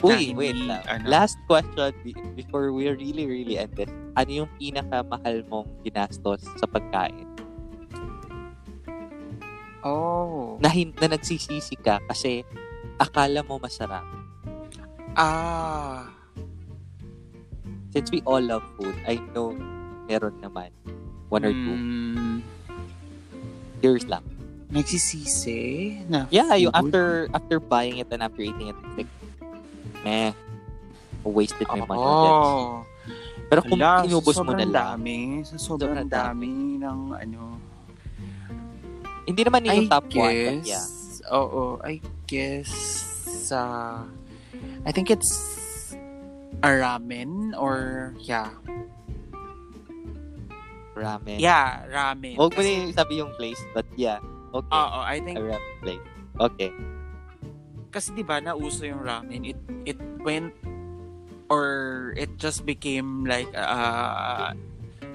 [SPEAKER 2] Uy,
[SPEAKER 1] Na hindi,
[SPEAKER 2] wait lang.
[SPEAKER 1] ano.
[SPEAKER 2] Last question be- before we really really end this. Ano yung pinakamahal mong ginastos sa pagkain?
[SPEAKER 1] Oh.
[SPEAKER 2] Na, hin- na nagsisisi ka kasi akala mo masarap.
[SPEAKER 1] Ah.
[SPEAKER 2] Since we all love food, I know meron naman. One or two.
[SPEAKER 1] Mm,
[SPEAKER 2] Yours lang.
[SPEAKER 1] nagsisisi na
[SPEAKER 2] Yeah, yung
[SPEAKER 1] food?
[SPEAKER 2] after after buying it and after eating it, it's like, meh, wasted my money on this.
[SPEAKER 1] Oh.
[SPEAKER 2] Pero kung
[SPEAKER 1] Ala, sa
[SPEAKER 2] inubos mo
[SPEAKER 1] sobrang
[SPEAKER 2] na lang,
[SPEAKER 1] dami. Sa sobrang
[SPEAKER 2] Sobrang dami.
[SPEAKER 1] dami ng ano.
[SPEAKER 2] hindi naman yun
[SPEAKER 1] I
[SPEAKER 2] yung top one, but
[SPEAKER 1] guess.
[SPEAKER 2] yeah.
[SPEAKER 1] Oo, I guess sa I think it's a ramen or yeah.
[SPEAKER 2] Ramen.
[SPEAKER 1] Yeah, ramen.
[SPEAKER 2] Huwag mo
[SPEAKER 1] Kasi-
[SPEAKER 2] na yung sabi yung place, but yeah. Okay.
[SPEAKER 1] Oo, I
[SPEAKER 2] a
[SPEAKER 1] think
[SPEAKER 2] ramen place. Okay.
[SPEAKER 1] kasi 'di ba nauso yung ramen. It it went or it just became like uh,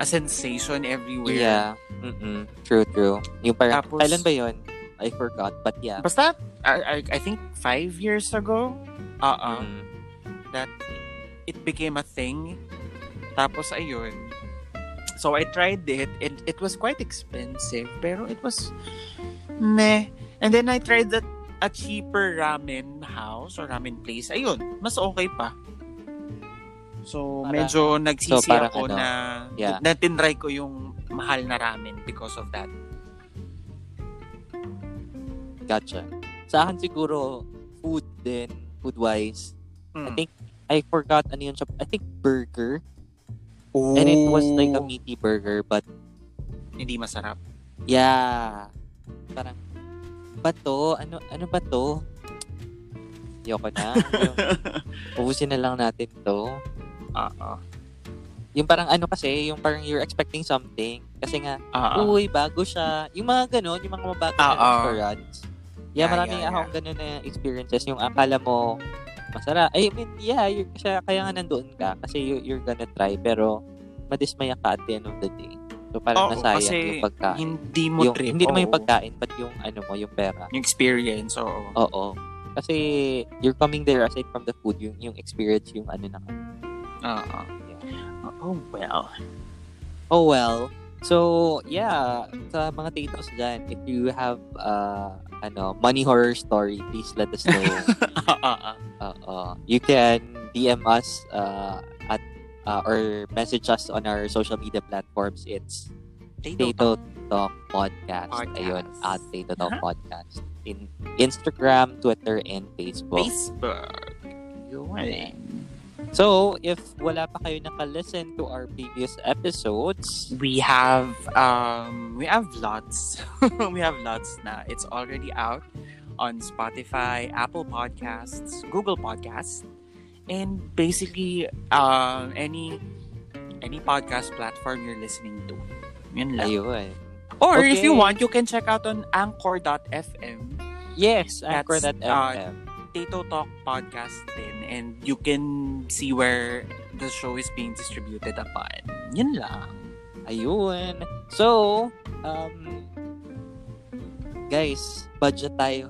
[SPEAKER 1] a sensation everywhere.
[SPEAKER 2] Yeah. Mm-mm. True, true. Yung parang,
[SPEAKER 1] Tapos-
[SPEAKER 2] kailan ba yun? I forgot, but yeah.
[SPEAKER 1] Basta, I, I, I think five years ago, uh
[SPEAKER 2] Mm.
[SPEAKER 1] that it became a thing. Tapos, ayun. So, I tried it. It, it was quite expensive, pero it was meh. And then, I tried that a cheaper ramen house or ramen place. Ayun, mas okay pa. So,
[SPEAKER 2] Parang-
[SPEAKER 1] medyo nagsisi
[SPEAKER 2] so, parang
[SPEAKER 1] ako
[SPEAKER 2] ano,
[SPEAKER 1] na,
[SPEAKER 2] yeah.
[SPEAKER 1] na tinry ko yung mahal na ramen because of that.
[SPEAKER 2] Gotcha. Sa akin siguro, food din, food-wise.
[SPEAKER 1] Mm.
[SPEAKER 2] think- I forgot ano yun siya. I think burger. And it was like a
[SPEAKER 1] Ooh,
[SPEAKER 2] meaty burger, but
[SPEAKER 1] Hindi masarap.
[SPEAKER 2] yeah. Parang, ba to? Ano, ano ba to? Ayoko na. Ubusin na lang natin to.
[SPEAKER 1] Oo.
[SPEAKER 2] Yung parang ano kasi, yung parang you're expecting something. Kasi nga,
[SPEAKER 1] Oo.
[SPEAKER 2] uy, bago siya. Yung mga ganun, yung mga mabago na
[SPEAKER 1] Oo.
[SPEAKER 2] restaurants. Yeah,
[SPEAKER 1] Ah, Yeah,
[SPEAKER 2] marami
[SPEAKER 1] yeah,
[SPEAKER 2] akong ganun na experiences. Yung akala mo, masara. I mean, yeah, you're, kaya, kaya nga nandoon ka. Kasi you, you're gonna try. Pero, madismaya ka at the end of the day. So, parang
[SPEAKER 1] Oo,
[SPEAKER 2] nasayang
[SPEAKER 1] kasi
[SPEAKER 2] yung pagkain.
[SPEAKER 1] Hindi mo
[SPEAKER 2] Yung,
[SPEAKER 1] trip.
[SPEAKER 2] hindi naman yung
[SPEAKER 1] oo.
[SPEAKER 2] pagkain, but yung ano mo, yung pera.
[SPEAKER 1] Yung experience, oo.
[SPEAKER 2] Oo. Kasi, you're coming there aside from the food, yung, yung experience, yung ano na.
[SPEAKER 1] Oo. Oh, well.
[SPEAKER 2] Oh, well. So, yeah, sa mga titos dyan, if you have uh, ano, money horror story, please let us know.
[SPEAKER 1] Oo.
[SPEAKER 2] Oo. You can DM us uh, at uh, or message us on our social media platforms. It's Tato Talk Podcast.
[SPEAKER 1] Podcast.
[SPEAKER 2] Ayun, at Tato Talk Podcast. In Instagram, Twitter, and Facebook.
[SPEAKER 1] Facebook. Yun.
[SPEAKER 2] So, if wala pa kayo nakalisten to our previous episodes,
[SPEAKER 1] We have um we have lots. we have lots na. It's already out on Spotify, Apple Podcasts, Google Podcasts, and basically um any any podcast platform you're listening to. Yun lang.
[SPEAKER 2] ayun.
[SPEAKER 1] Or if you
[SPEAKER 2] Okay.
[SPEAKER 1] want, you can check out on anchor.fm
[SPEAKER 2] Yes,
[SPEAKER 1] That's,
[SPEAKER 2] Anchor.fm.
[SPEAKER 1] uh, Tato Talk podcast din and you can see where the show is being distributed upon. Yun lang.
[SPEAKER 2] Ayun. So, um, guys, budget tayo.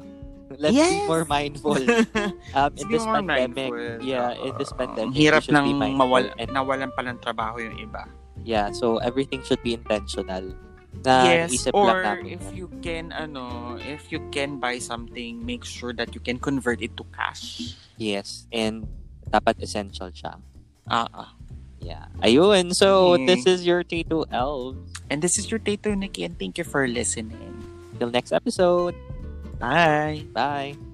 [SPEAKER 2] Let's be
[SPEAKER 1] Yes!
[SPEAKER 2] more mindful. Um, in
[SPEAKER 1] Sige,
[SPEAKER 2] this
[SPEAKER 1] mga
[SPEAKER 2] pandemic,
[SPEAKER 1] mindful.
[SPEAKER 2] yeah, in this
[SPEAKER 1] Oo.
[SPEAKER 2] pandemic,
[SPEAKER 1] Ang hirap
[SPEAKER 2] we should
[SPEAKER 1] nang
[SPEAKER 2] be mindful.
[SPEAKER 1] mawala,
[SPEAKER 2] And,
[SPEAKER 1] nawalan pa ng trabaho yung iba.
[SPEAKER 2] yeah, so everything should be intentional. Na
[SPEAKER 1] yes,
[SPEAKER 2] naisip Ah, lang
[SPEAKER 1] or
[SPEAKER 2] namin
[SPEAKER 1] if
[SPEAKER 2] yan.
[SPEAKER 1] you can, ano, if you can buy something, make sure that you can convert it to cash.
[SPEAKER 2] Yes, and dapat essential siya.
[SPEAKER 1] Ah, ah.
[SPEAKER 2] Yeah. Ayun, so
[SPEAKER 1] Okay.
[SPEAKER 2] this is your Tato Elves.
[SPEAKER 1] And this is your Tato Nikki and thank you for listening.
[SPEAKER 2] Till next episode.
[SPEAKER 1] Bye!
[SPEAKER 2] Bye.